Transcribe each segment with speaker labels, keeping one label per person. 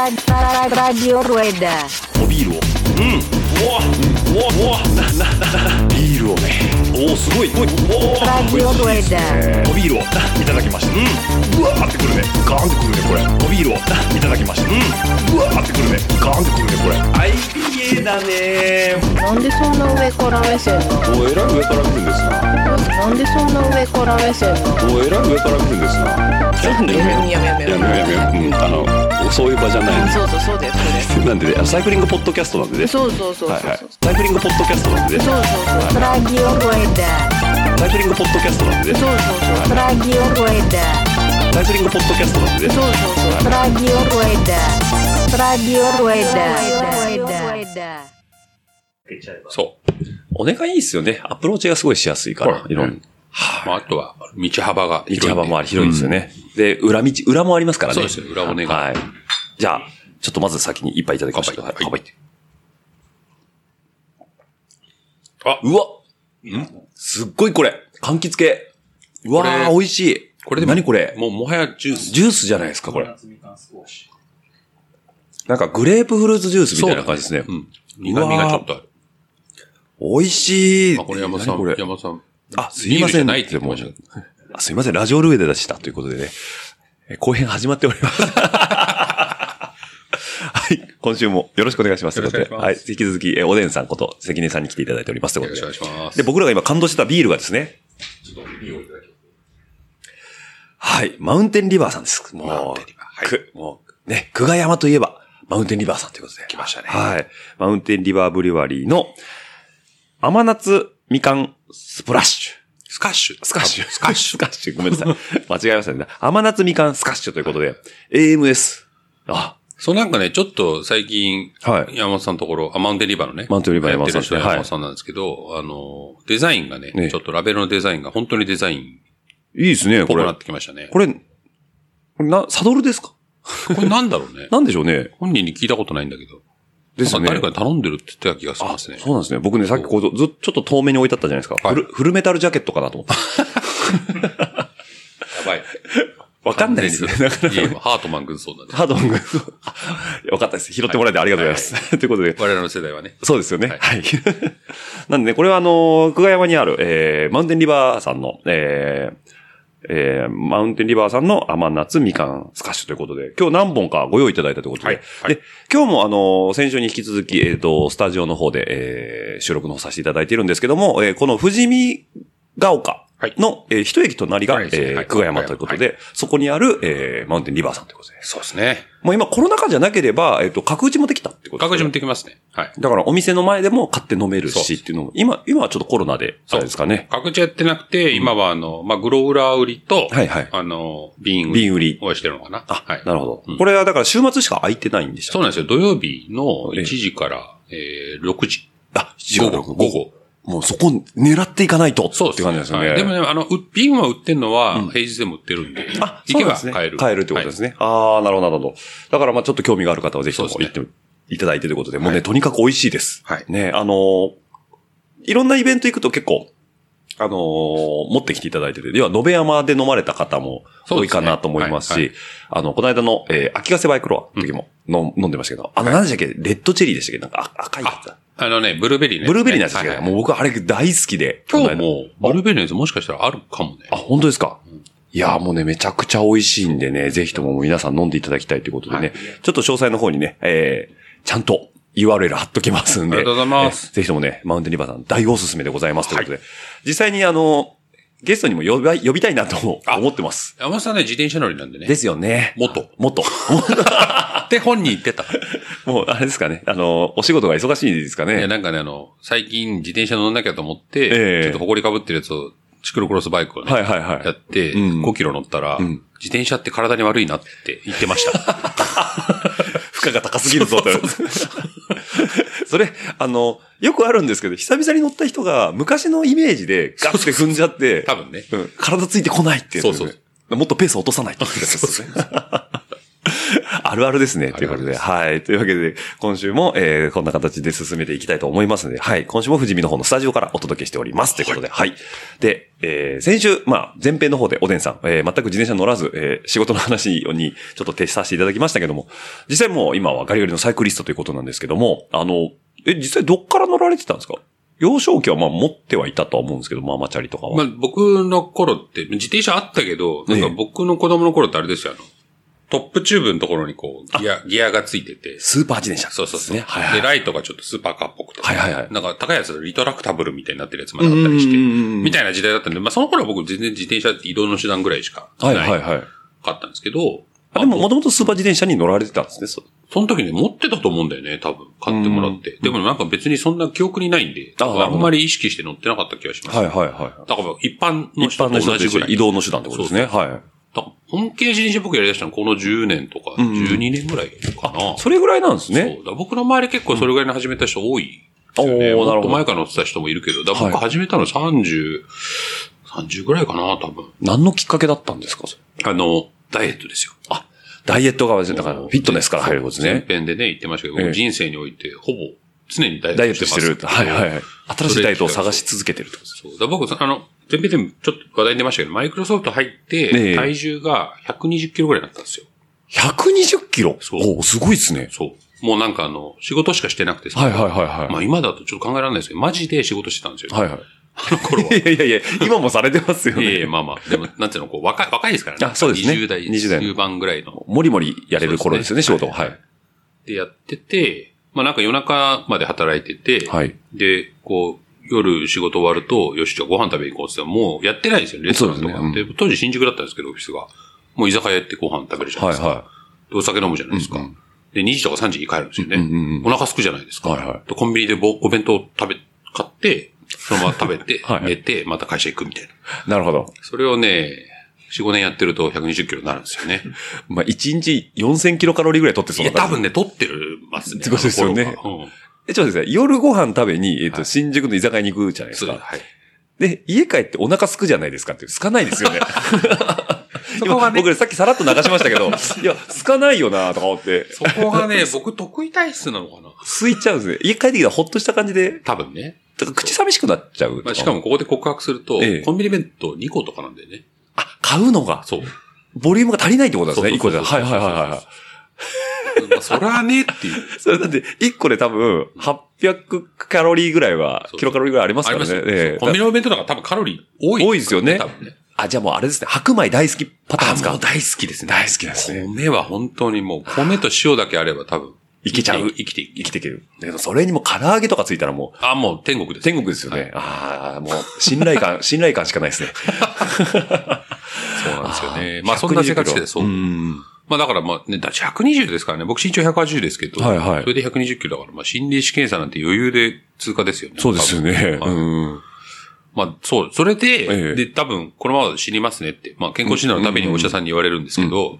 Speaker 1: Radio Rueda.
Speaker 2: おビールをうんうわうわうわななななビールをねおおすごいおいおお
Speaker 1: Radio
Speaker 2: おい
Speaker 1: Rueda.
Speaker 2: おビールをないただきましたうんうわーってくるねガーンってくるねこれおビールをないただきましたうんうわーってくるねガーンってくるねこれ IPA だね
Speaker 3: なんでそんな上から目線なの
Speaker 2: おえらい上から来るんですな
Speaker 3: なんでそんな上から目線なの
Speaker 2: おえらい上から来るんですなちょっとねやめやめやめやめやめやめうんあのそういう場じゃない
Speaker 3: そうそうそうですそうです
Speaker 2: なんでねサイクリングポッドキャストなんでね
Speaker 3: そうそうそうそう
Speaker 2: はいはい
Speaker 3: そう
Speaker 2: サイクリングポッドキャストなんでね
Speaker 3: そうそうそう
Speaker 1: Radio Rueda.
Speaker 2: サイクリングポッドキャストなんでね
Speaker 3: そうそうそう
Speaker 1: Radio Rueda.
Speaker 2: サイクリングポッドキャストなんでね
Speaker 1: Radio Rueda. Radio Rueda. Rueda.
Speaker 4: そう。
Speaker 5: お願いいいっすよね。アプローチがすごいしやすいから
Speaker 4: ほ、ら
Speaker 5: いろん
Speaker 4: まあ、あとは、道幅が広いんで。
Speaker 5: 道幅もあり広いんですよ
Speaker 4: ね。
Speaker 5: ね。で、裏道、裏もありますからね。
Speaker 4: そうですよ裏お願い
Speaker 5: はい。じゃあ、ちょっとまず先に一杯いただきましょう。
Speaker 4: 乾杯
Speaker 5: はい
Speaker 4: あ、
Speaker 5: うわすっごいこれ柑橘系うわー、
Speaker 4: これ
Speaker 5: 美味しい
Speaker 4: これでも
Speaker 5: 何これ
Speaker 4: もうもはやジュース。
Speaker 5: ジュースじゃないですか、これ。なんかグレープフルーツジュースみたいな感じですね。
Speaker 4: うん。苦味がちょっとある。
Speaker 5: 美味しい
Speaker 4: あ、これ山さ
Speaker 5: 何こ
Speaker 4: ん、
Speaker 5: れ
Speaker 4: 山さん。
Speaker 5: あ、すいま
Speaker 4: ビールじ
Speaker 5: せ
Speaker 4: ゃ
Speaker 5: ん。
Speaker 4: ないって言ってましたけど
Speaker 5: あすいません、ラジオルエで出したということでね。え後編始まっております。 はい、今週もよろしくお願いします。
Speaker 4: よろしくお願いし
Speaker 5: というこ
Speaker 4: ます
Speaker 5: とではい、引き続き、えおでんさんこと、関根さんに来ていただいております。という
Speaker 4: よ
Speaker 5: こ
Speaker 4: ろし
Speaker 5: と
Speaker 4: くお願
Speaker 5: で
Speaker 4: い。します。
Speaker 5: で、僕らが今感動してたビールがですね。はい、マウンテンリバーさんです。もう、
Speaker 4: マウンテンリバーはい
Speaker 5: くもうね、久我山といえば、マウンテンリバーさんということで。
Speaker 4: 来ましたね
Speaker 5: はい。マウンテンリバーブリュワリーの、甘夏みかんスプラッシュ。
Speaker 4: スカッシュ。
Speaker 5: スカッシュ。
Speaker 4: スカッシュ。
Speaker 5: スカッシュ。ごめんなさい。間違えましたね。甘夏みかんスカッシュということで、AMS。あ、
Speaker 4: そうなんかね、ちょっと最近、
Speaker 5: はい
Speaker 4: 山本さんのところ、あ、マウンテンリバーのね。
Speaker 5: マウンテンリバー
Speaker 4: やってる人
Speaker 5: 山本さん
Speaker 4: 山本さんなんですけど、あの、デザインがね
Speaker 5: ね
Speaker 4: ちょっとラベルのデザインが本当にデザイン
Speaker 5: いいですね、
Speaker 4: っぽ
Speaker 5: こ
Speaker 4: く
Speaker 5: れ。
Speaker 4: なっ
Speaker 5: こ
Speaker 4: てきましたね。
Speaker 5: れ、これな、サドルですか
Speaker 4: これなんだろうね。
Speaker 5: なんでしょうね。
Speaker 4: 本人に聞いたことないんだけど。
Speaker 5: です
Speaker 4: なん
Speaker 5: ね
Speaker 4: か。誰かに頼んでるって言ってた気がしま
Speaker 5: あ、
Speaker 4: す
Speaker 5: そう
Speaker 4: ね。
Speaker 5: なんですね。僕ね、さっきこう、ずっとちょっと遠目に置いてあったじゃないですか。
Speaker 4: はい
Speaker 5: フルフルメタルジャケットかなと思った。
Speaker 4: やばい。
Speaker 5: わかんないですね。なかなか
Speaker 4: いや、今ハートマン軍曹だね。
Speaker 5: ハードング。 よかったです。拾ってもらえてありがとうございます。 ということで、
Speaker 4: 我々の世代はね。
Speaker 5: そうですよね。
Speaker 4: は
Speaker 5: はいい。 なんでね、これはあのー、久我山にある、えー、マウンテンリバーさんの、えー、えー、マウンテンリバーさんの甘夏みかんスカッシュということで、今日何本かご用意いただいたということで、
Speaker 4: はいはい
Speaker 5: で、今日もあのー、先週に引き続き、えっ、と、スタジオの方で、えー、収録の方させていただいているんですけども、えー、この富士見が丘の、えー一駅隣が、
Speaker 4: はい
Speaker 5: え
Speaker 4: はい
Speaker 5: ー、久我山ということで、そこにある、えー、マウンテンリバーさんということで、
Speaker 4: そうですね。
Speaker 5: もう今コロナ禍じゃなければ、えっ、と、角打ちもできたってことです
Speaker 4: 確
Speaker 5: ね
Speaker 4: 実にできますね。はい。
Speaker 5: だからお店の前でも買って飲める
Speaker 4: そう
Speaker 5: しっていうのも、今、今はちょっとコロナで、
Speaker 4: そ
Speaker 5: そううですかね。
Speaker 4: 各地やってなくて、今はあの、まあ、グロウラー売りと、
Speaker 5: はいはい
Speaker 4: あの、瓶売り
Speaker 5: 瓶売り。
Speaker 4: をしてるのかな。
Speaker 5: あ、
Speaker 4: はい。
Speaker 5: なるほ
Speaker 4: うん
Speaker 5: ど。これはだから週末しか空いてないんでした
Speaker 4: そうなんですよ。土曜日の
Speaker 5: ええ
Speaker 4: 1時から、えー、6時。
Speaker 5: あ、
Speaker 4: 午後。午後。
Speaker 5: もうそこ狙っていかないと。
Speaker 4: そう
Speaker 5: って感じですよね。
Speaker 4: はいでもね、あの、う瓶は売ってんのは、平日でも売ってるんで、
Speaker 5: あ、
Speaker 4: 行けば
Speaker 5: そうなんですね
Speaker 4: 買える。
Speaker 5: 買えるってことです
Speaker 4: ね。
Speaker 5: ね。ああ、なるほど、なるほど。だからまあちょっと興味がある方はぜひとも
Speaker 4: そうで
Speaker 5: 行っ
Speaker 4: す
Speaker 5: ていただいてということで、もうね、とにかく美味しいです。
Speaker 4: はい
Speaker 5: ね、あのーいろんなイベント行くと結構、あのー持ってきていただいてて、要は、野辺山で飲まれた方も
Speaker 4: そう
Speaker 5: 多
Speaker 4: で
Speaker 5: い
Speaker 4: すね
Speaker 5: かなと思いますし、
Speaker 4: はい
Speaker 5: あの、この間の、えー秋ヶ瀬バイクロアの時も、の飲んでましたけど、あの、何でしたっけ、レッドチェリーでしたっけなんかあ赤いやつだ
Speaker 4: あのね、ブルーベリーね。
Speaker 5: ブルーベリーなんですけど、
Speaker 4: はいはい
Speaker 5: もう僕はあれ大好きで、
Speaker 4: 今日
Speaker 5: この間
Speaker 4: も、ブルーベリーのやつもしかしたらあるかもね。
Speaker 5: あ、本当ですか、いやーもうね、めちゃくちゃ美味しいんでね、ぜひとも皆さん飲んでいただきたいということでね、
Speaker 4: はい
Speaker 5: ちょっと詳細の方にね、えー、ちゃんと URL 貼っときますんで。
Speaker 4: ありがとうございます
Speaker 5: えーぜひともね、マウンテンリバーさん大おすすめでございますということで、実際にあの、ゲストにも呼び、呼びたいなと思ってます。
Speaker 4: 山本さんね、自転車乗りなんでね。
Speaker 5: ですよね。
Speaker 4: 元。
Speaker 5: もっと。
Speaker 4: って本人言ってた。
Speaker 5: もう、あれですかね。あの、お仕事が忙しいですか
Speaker 4: いや、
Speaker 5: ね。
Speaker 4: なんかね、あの、最近自転車乗んなきゃと思って、
Speaker 5: ええ
Speaker 4: ちょっと埃かぶってるやつを、シクロクロスバイクをね、
Speaker 5: はいはいはい
Speaker 4: やって、
Speaker 5: うん
Speaker 4: 5キロ乗ったら、
Speaker 5: ん
Speaker 4: 自転車って体に悪いなって言って ました。
Speaker 5: 負荷が高すぎるぞと。 それ、あの、よくあるんですけど、久々に乗った人が昔のイメージでガッて踏んじゃって、
Speaker 4: 多分ね。
Speaker 5: うん、体ついてこないってやつ
Speaker 4: そう
Speaker 5: もっとペース落とさないと。そうそう あるあるですね。ということ
Speaker 4: あるあるで
Speaker 5: で。
Speaker 4: す
Speaker 5: はい。というわけで、今週も、えーこんな形で進めていきたいと思いますので、はい。今週も富士見の方のスタジオからお届けしております。ということで、はい。で、えー先週、まあ、前編の方でおでんさん、えー全く自転車乗らず、えー仕事の話にちょっと徹させていただきましたけども、実際もう今はガリガリのサイクリストということなんですけども、あの、え、実際どっから乗られてたんですか幼少期はまあ持ってはいたとは思うんですけど、ママチャリとかは。
Speaker 4: まあ、僕の頃って、自転車あったけど、なんか
Speaker 5: ええ
Speaker 4: 僕の子供の頃ってあれですよ、あの、トップチューブのところにこう、ギア、ギアがついてて。
Speaker 5: スーパー自転車、
Speaker 4: そうそうそう。
Speaker 5: ね。はいはい
Speaker 4: で、。ライトがちょっとスーパーカーっぽくて。
Speaker 5: はいはいはい
Speaker 4: なんか高いやつだとリトラクタブルみたいになってるやつまであったりして、
Speaker 5: うんうんうんうん
Speaker 4: みたいな時代だったんで、まあその頃は僕全然自転車って移動の手段ぐらいしかない。
Speaker 5: はいはいはい。
Speaker 4: かったんですけど、
Speaker 5: あ、でも、もともとスーパー自転車に乗られてたんですね。そう
Speaker 4: その時ね、持ってたと思うんだよね、多分。買ってもらって。でもなんか別にそんな記憶にないんで、
Speaker 5: あなるほど
Speaker 4: あんまり意識して乗ってなかった気がします。
Speaker 5: はいはいはい。
Speaker 4: だから一般の
Speaker 5: 一般
Speaker 4: 人と
Speaker 5: の人
Speaker 4: 同
Speaker 5: と
Speaker 4: じぐ
Speaker 5: 一
Speaker 4: ら
Speaker 5: 緒
Speaker 4: い。
Speaker 5: 移動の手段ってことですね。は
Speaker 4: だから本気で自転車僕やりだしたのこの10年とか、
Speaker 5: うんうん
Speaker 4: 12年ぐらいかな。
Speaker 5: い。それぐらいなんです
Speaker 4: そう
Speaker 5: ね。
Speaker 4: だから僕の周り結構それぐらいに始めた人多い
Speaker 5: お
Speaker 4: ですよね。
Speaker 5: ーな
Speaker 4: も
Speaker 5: る
Speaker 4: っと
Speaker 5: ほ
Speaker 4: 前
Speaker 5: ど。
Speaker 4: から乗ってた人もいるけど、だから僕
Speaker 5: は
Speaker 4: 始めたの30、30ぐらいかな、多分。
Speaker 5: 何のきっかけだったんですかそれ
Speaker 4: あの、ダイエットですよ。あ、
Speaker 5: ダイエットがですねだから、フィットネスから入ることです
Speaker 4: 前
Speaker 5: ね。
Speaker 4: 編でね、言ってましたけど、
Speaker 5: ええ
Speaker 4: 僕人生において、ほぼ、常にダイエ
Speaker 5: ダイエ
Speaker 4: ッ
Speaker 5: ッ
Speaker 4: ト
Speaker 5: ト
Speaker 4: し
Speaker 5: してて
Speaker 4: ま
Speaker 5: る。
Speaker 4: す。
Speaker 5: はいはいはい。新しいダイエットを探し
Speaker 4: そ
Speaker 5: 続けてるってことです。
Speaker 4: そう。だから僕、あの、前編でもちょっと話題に出ましたけど、マイクロソフト入っ
Speaker 5: え
Speaker 4: て、
Speaker 5: え
Speaker 4: 体重が120キロぐらいになったんですよ。
Speaker 5: 120キロ
Speaker 4: そう
Speaker 5: おーすごいですね。
Speaker 4: そう。もうなんかあの、仕事しかしてなくてさ、
Speaker 5: はいはいはいはい。
Speaker 4: まあ今だとちょっと考えられないですけど、マジで仕事してたんですよ。
Speaker 5: はいはい。
Speaker 4: あの頃 は。
Speaker 5: いやいやいや、今もされてますよ
Speaker 4: いえいえ、
Speaker 5: ね。
Speaker 4: まあまあ。でも、なんていうの、こう、若い、若いですからね。
Speaker 5: あそうですね
Speaker 4: 20代、
Speaker 5: 20代
Speaker 4: 中盤ぐらいの。
Speaker 5: もりもりやれる頃ですよね、仕
Speaker 4: そう
Speaker 5: 事
Speaker 4: です
Speaker 5: を。
Speaker 4: ね
Speaker 5: はい。
Speaker 4: で、やってて、まあなんか夜中まで働いてて、
Speaker 5: はい。
Speaker 4: で、こう、夜仕事終わると、よし、じゃあご飯食べに行こうって言っても、もうやってないんですよね、レストランとか。
Speaker 5: そうです
Speaker 4: で当時新宿だったんですけど、オフィスが。もう居酒屋行ってご飯食べるじゃない
Speaker 5: はい
Speaker 4: ですか。
Speaker 5: は
Speaker 4: でお酒飲むじゃないですか。
Speaker 5: うんう
Speaker 4: で、2時とか3時に帰るんですよね。
Speaker 5: うんうんうん
Speaker 4: お腹空くじゃないですか。
Speaker 5: はいはい
Speaker 4: でコンビニでぼお弁当食べ、買って、そのまま食べて
Speaker 5: はい、
Speaker 4: 寝て、また会社行くみたいな。
Speaker 5: い。なるほど。
Speaker 4: それをね、4、5年やってると120キロになるんですよね。
Speaker 5: まあ、1日4000キロカロリーぐらい取ってそ
Speaker 4: いうや、
Speaker 5: な感
Speaker 4: 多
Speaker 5: じ
Speaker 4: 分ね、撮ってるますね。
Speaker 5: ってことですよね
Speaker 4: あの頃はうん
Speaker 5: え、ちょっと待ってください。夜ご飯食べに、えっ、と、
Speaker 4: はい
Speaker 5: 新宿の居酒屋に行くじゃないです
Speaker 4: そう
Speaker 5: か。
Speaker 4: はい。
Speaker 5: で、家帰ってお腹すくじゃないですかって、すかないですよね。
Speaker 4: そこが
Speaker 5: 今
Speaker 4: ね、
Speaker 5: 僕さっきさらっと流しましたけ ど、いや、すかないよなとか思って、
Speaker 4: そこがね、僕得意体質なのかな。
Speaker 5: すいちゃうんですね。家帰ってきたらほっとした感じで、
Speaker 4: 多分ね。
Speaker 5: だから口寂しくなっちゃうと
Speaker 4: まあ、しか。もここで告白すると、
Speaker 5: ええ
Speaker 4: コンビニ弁当2個とかなんだよね。
Speaker 5: あ、買うのが、
Speaker 4: そう。
Speaker 5: ボリュームが足りないってことなんですね、1個じゃ。はいはいはいはいはい。
Speaker 4: い。まあ、それはねっていう。
Speaker 5: それだって、1個で多分、800カロリーぐらいは
Speaker 4: そ、う
Speaker 5: キロカロリーぐらいあり ます
Speaker 4: あ
Speaker 5: か
Speaker 4: り
Speaker 5: ら
Speaker 4: ま
Speaker 5: ね
Speaker 4: すよ。。
Speaker 5: ええ
Speaker 4: コンビニの弁当なんか多分カロリー多い。
Speaker 5: 多いですよね
Speaker 4: 多分ね。
Speaker 5: あ、じゃあもうあれですね、白米大好きパターンです
Speaker 4: あも
Speaker 5: か
Speaker 4: う大好きですね。
Speaker 5: 大好きなんですね
Speaker 4: 米は本当にもう、米と塩だけあれば多分。
Speaker 5: いけちゃう
Speaker 4: 生きてい
Speaker 5: 生
Speaker 4: け
Speaker 5: きていける。だけど、それにも唐揚げとかついたらもう、
Speaker 4: あ、もう天国です。
Speaker 5: 天国ですよね。ああ、もう、信頼感、 信頼感しかないですね。
Speaker 4: そうなんですよね。
Speaker 5: あー
Speaker 4: まあ、そんな生活し
Speaker 5: 120
Speaker 4: て、そう。
Speaker 5: ん。
Speaker 4: まあだからまあね、だって120ですからね。僕身長180ですけど、
Speaker 5: はいはい
Speaker 4: それで120キロだから、まあ心理士検査なんて余裕で通過ですよね。
Speaker 5: そうですよね。
Speaker 4: 多
Speaker 5: う
Speaker 4: 分はい
Speaker 5: ん。
Speaker 4: まあそう、それで、
Speaker 5: ええ
Speaker 4: で、多分このままだと死にますねって、まあ健康診断のためにお医者さんに言われるんですけど、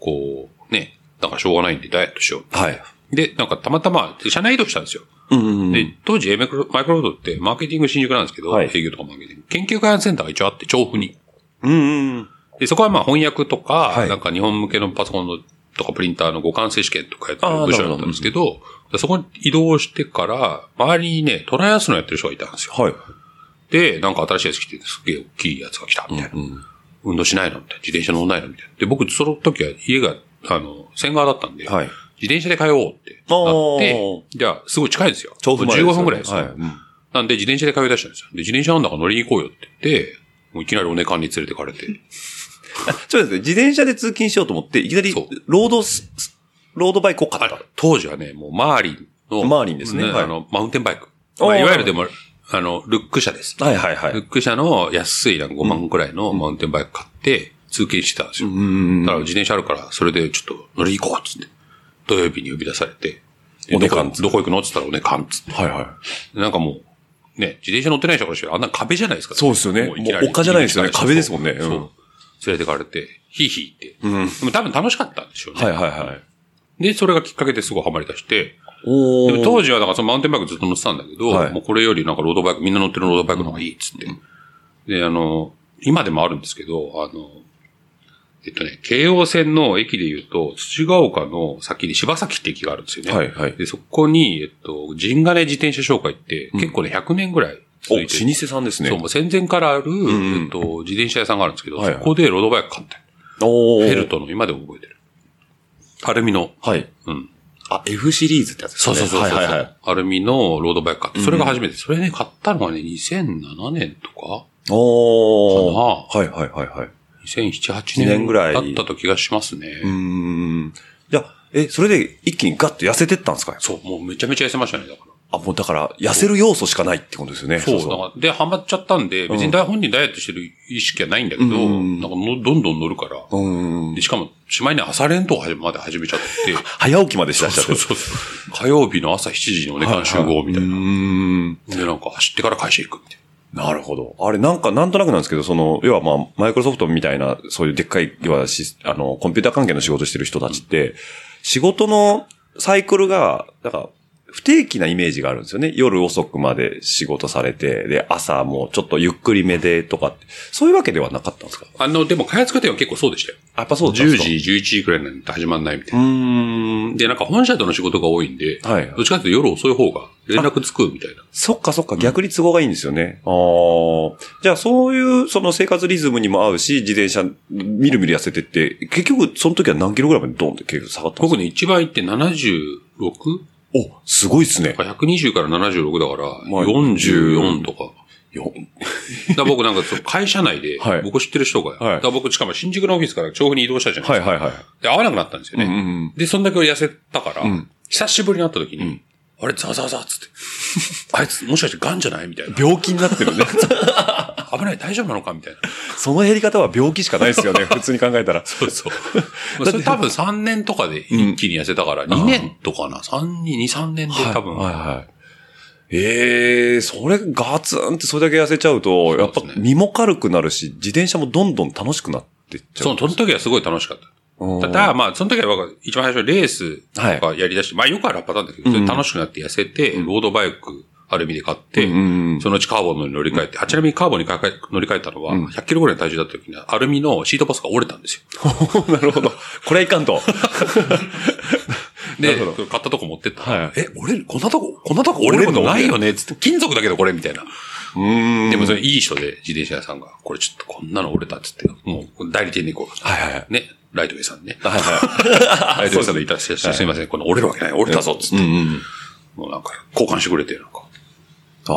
Speaker 4: こう、ね、なんかしょうがないんでダイエットしよ
Speaker 5: はい。
Speaker 4: う。で、なんかたまたま、で社内移動したんですよ。
Speaker 5: うん。
Speaker 4: で、当時、マイクロマイクロロードって、マーケティング新宿なんですけど、
Speaker 5: はい
Speaker 4: 営業とかマーケティング。研究開発センターが一応あって、調布に。
Speaker 5: うんうん。
Speaker 4: で、そこはまあ翻訳とか、
Speaker 5: はい
Speaker 4: なんか日本向けのパソコンのとかプリンターの互換性試験とかやって
Speaker 5: あ
Speaker 4: る
Speaker 5: ー
Speaker 4: 部署だったんですけど、そこに移動してから、周りにね、トライアスロンやってる人がいたんですよ。
Speaker 5: はい。
Speaker 4: で、なんか新しいやつ来て、すげえ大きいやつが来た、みたいな。運動しないのみたいな。自転車乗んないのみたいな。で、僕、その時は家が、あの、仙川だったんで、
Speaker 5: はい。
Speaker 4: 自転車で通おうってな
Speaker 5: お
Speaker 4: っ
Speaker 5: ー
Speaker 4: て、じゃあ、すごい近いんですよ。
Speaker 5: 調布までですよ
Speaker 4: 15分ぐらいですよ。
Speaker 5: はいうん
Speaker 4: なんで、自転車で通い出したんですよ。で、自転車なんだから乗りに行こうよって言って、もういきなりおねかんに連れてかれて。
Speaker 5: そうですね。自転車で通勤しようと思って、いきなり
Speaker 4: そう、
Speaker 5: ロードス、ロードバイクを買った。
Speaker 4: 当時はね、もうマーリンの、
Speaker 5: マーリンですねはい
Speaker 4: あの、マウンテンバイク。
Speaker 5: おー
Speaker 4: まあ、いわゆるでも、あの、ルック車です。
Speaker 5: はいはいは
Speaker 4: ル
Speaker 5: い。
Speaker 4: ック車の安いなんか5万くらいのマウンテンバイク買って、通勤してたんですよ。だから自転車あるから、それでちょっと乗り行こうっつって。土曜日に呼び出されて。で
Speaker 5: おねかん
Speaker 4: どこどこ行くのっつったらおねかんっつって。
Speaker 5: はいはい。
Speaker 4: なんかもう、ね、自転車乗ってない人からしたらあんな壁じゃないですか。
Speaker 5: そうですよね
Speaker 4: もいきなり
Speaker 5: もう丘じゃないですよね壁ですもんね
Speaker 4: そ
Speaker 5: うん
Speaker 4: うそう。連れてかれて、ヒーヒーって。でも多分楽しかったんでしょうね。
Speaker 5: はいはいはい。
Speaker 4: で、それがきっかけですごいハマりだして、
Speaker 5: お
Speaker 4: でも当時はだからそのマウンテンバイクずっと乗ってたんだけど、
Speaker 5: はい
Speaker 4: もうこれよりなんかロードバイク、みんな乗ってるロードバイクの方がいいっつって。で、あの、今でもあるんですけど、あの、えっとね、京王線の駅で言うと、土ヶ丘の先に柴崎って駅があるんですよね。
Speaker 5: はいはい
Speaker 4: で、そこに、えっと、陣金自転車商会って、結構ね、100年ぐらい
Speaker 5: お、
Speaker 4: 続
Speaker 5: 老
Speaker 4: いてる。
Speaker 5: 舗さんですね。
Speaker 4: そう、もう戦前からある、
Speaker 5: んうん
Speaker 4: えっと、自転車屋さんがあるんですけど、
Speaker 5: はいはい
Speaker 4: そこでロードバイク買ったよ
Speaker 5: おー
Speaker 4: フェルトの、今でも覚えてる。アルミの。
Speaker 5: はい。
Speaker 4: うん。
Speaker 5: あ、F シリーズってやつです
Speaker 4: そう
Speaker 5: ね。
Speaker 4: そうそうそう、
Speaker 5: はいはいはい。
Speaker 4: アルミのロードバイク買って、それが初めて。それね、買ったのがね、2007年とか
Speaker 5: おー。
Speaker 4: か
Speaker 5: はいはいはいはい。
Speaker 4: ?2007、8
Speaker 5: 1年
Speaker 4: 年
Speaker 5: ぐらい
Speaker 4: だったと気がしますね。
Speaker 5: うーん。じゃあ、え、それで一気にガッと痩せてったんですか
Speaker 4: そう、もうめちゃめちゃ痩せましたね、だから。
Speaker 5: あ、もうだから、痩せる要素しかないってことですよね。
Speaker 4: そうだからで、ハマっちゃったんで、別に大本人ダイエットしてる意識はないんだけど、
Speaker 5: うん
Speaker 4: なんかのどんどん乗るから。
Speaker 5: うーん
Speaker 4: で。しかも、しまいに朝練とかまで始めちゃって、
Speaker 5: 早起きまでしだしちゃって
Speaker 4: そうそうそう。火曜日の朝7時にお願い集合みたいな。
Speaker 5: うーん。
Speaker 4: で、なんか走ってから会社行くみたい
Speaker 5: なるほど。あれ、なんか、なんとなくなんですけど、その、要はまあ、マイクロソフトみたいな、そういうでっかい、要はシス、あの、コンピューター関係の仕事してる人たちって、仕事のサイクルが、なんか、不定期なイメージがあるんですよね。夜遅くまで仕事されて、で、朝もちょっとゆっくりめでとかって、そういうわけではなかったんですか
Speaker 4: な。あの、でも開発過程は結構そうでしたよ。
Speaker 5: やっぱそうだったんで
Speaker 4: 10
Speaker 5: すか
Speaker 4: 時、11時くらいになんて始まんないみた
Speaker 5: う
Speaker 4: いな。
Speaker 5: ーん。
Speaker 4: で、なんか本社との仕事が多いんで、
Speaker 5: はいはい
Speaker 4: どっちかというと夜遅い方が連絡つくみたいな。
Speaker 5: そっかそっか、逆に都合がいいんですよね。ああ。じゃあ、そういう、その生活リズムにも合うし、自転車、みるみる痩せてって、結局、その時は何キロぐらいまでドンって結構下がったんです
Speaker 4: 僕ね、一番行って
Speaker 5: か
Speaker 4: 76?
Speaker 5: お、すごいっすね。
Speaker 4: 120から76だから、
Speaker 5: まあ
Speaker 4: 44とか。
Speaker 5: よ
Speaker 4: だから僕なんかそう会社内で
Speaker 5: はい、
Speaker 4: 僕知ってる人が、
Speaker 5: はい
Speaker 4: だから僕しかも新宿のオフィスから調布に移動したじゃない
Speaker 5: は
Speaker 4: で
Speaker 5: い
Speaker 4: すか。
Speaker 5: はいはい。
Speaker 4: で、会わなくなったんですよね。
Speaker 5: うんうんうん
Speaker 4: で、そんだけ痩せたから、
Speaker 5: ん
Speaker 4: 久しぶりに会った時に、あれ、ザワザワザワっつって、 あいつもしかして癌じゃないみた いな。
Speaker 5: 病気になってるね。
Speaker 4: 危ない、大丈夫なのかみたいな。
Speaker 5: その減り方は病気しかないですよ ね、普通に考えたら。
Speaker 4: そうそう。まあ、それ多分3年とかで一気に痩せたから、2年とかな、3、2、3年で多分、
Speaker 5: はいはいはい。ええそれガツンってそれだけ痩せちゃうと、やっぱ
Speaker 4: そうですね
Speaker 5: 身も軽くなるし、自転車もどんどん楽しくなってっちゃ。
Speaker 4: そうの、その時はすごい楽しかった。
Speaker 5: うん
Speaker 4: ただ、まあ、その時は僕一番最初レースとかやり出して、まあ、よくあるパターンだけど、それ楽しくなって痩せて、ロードバイク、アルミで買っ て、
Speaker 5: ん
Speaker 4: そのうちカーボンのに乗り換えて、あちなみにカーボンに買い替え乗り換えたのは、100キロぐらいの体重だった時に、アルミのシートパスが折れたん ですよ。
Speaker 5: なるほど。これはいかんと。
Speaker 4: で、
Speaker 5: なるほ
Speaker 4: 買ったとこ持ってったら。
Speaker 5: はい
Speaker 4: え、折れるこんなとこ、こんなとこ折れることないよねつって、金属だけどこれみたいな。
Speaker 5: うん。
Speaker 4: でもそれいい人で、自転車屋さんが、これちょっとこんなの折れたっつって、もう代理店に行こう。
Speaker 5: はいはいはい。
Speaker 4: ね、ライトウェイさんね。
Speaker 5: はいは
Speaker 4: ライトウェイさんでいたら、すいません、この折れるわけない、折れたぞっつって。
Speaker 5: い。うんうん。
Speaker 4: もうなんか、交換してくれて、なんか。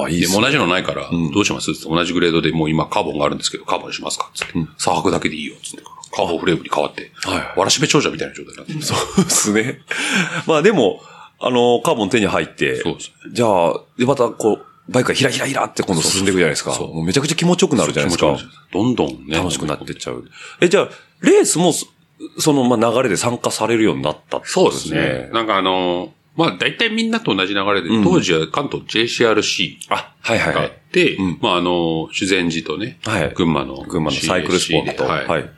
Speaker 5: あ、いい
Speaker 4: で
Speaker 5: で
Speaker 4: も
Speaker 5: す
Speaker 4: う
Speaker 5: ね。
Speaker 4: 同じのないから、どうしますつって、同じグレードで、もう今カーボンがあるんですけど、カーボンにしますかつって。砂白だけでいいよ、つって。カーボンフレームに変わって、
Speaker 5: はいはい
Speaker 4: わらしべ長者みたいな状態になってる。
Speaker 5: そうですね。まあでも、あの、カーボン手に入って、
Speaker 4: そうです
Speaker 5: じゃあ、で、またこう、バイクがひらひらひらって今度進んでいくじゃないですか。
Speaker 4: そうそう
Speaker 5: もうめちゃくちゃ気持ちよくなるじゃないです
Speaker 4: 気
Speaker 5: か
Speaker 4: 持ち。悪いどんどんね。
Speaker 5: 楽しくなってっちゃう。え、じゃあ、レースもそ、その、まあ、流れで参加されるようになったって
Speaker 4: そ
Speaker 5: こ
Speaker 4: う
Speaker 5: と
Speaker 4: ですね。。なんかあの、まあ大体みんなと同じ流れで、当時は関東 JCRC
Speaker 5: あ、はいはい
Speaker 4: が
Speaker 5: は
Speaker 4: あっ
Speaker 5: い。
Speaker 4: て
Speaker 5: うん、
Speaker 4: まああの、修善寺とね
Speaker 5: はい、
Speaker 4: 群馬の。
Speaker 5: 群馬のサイクルスポーツと。
Speaker 4: CAC で
Speaker 5: は。
Speaker 4: はい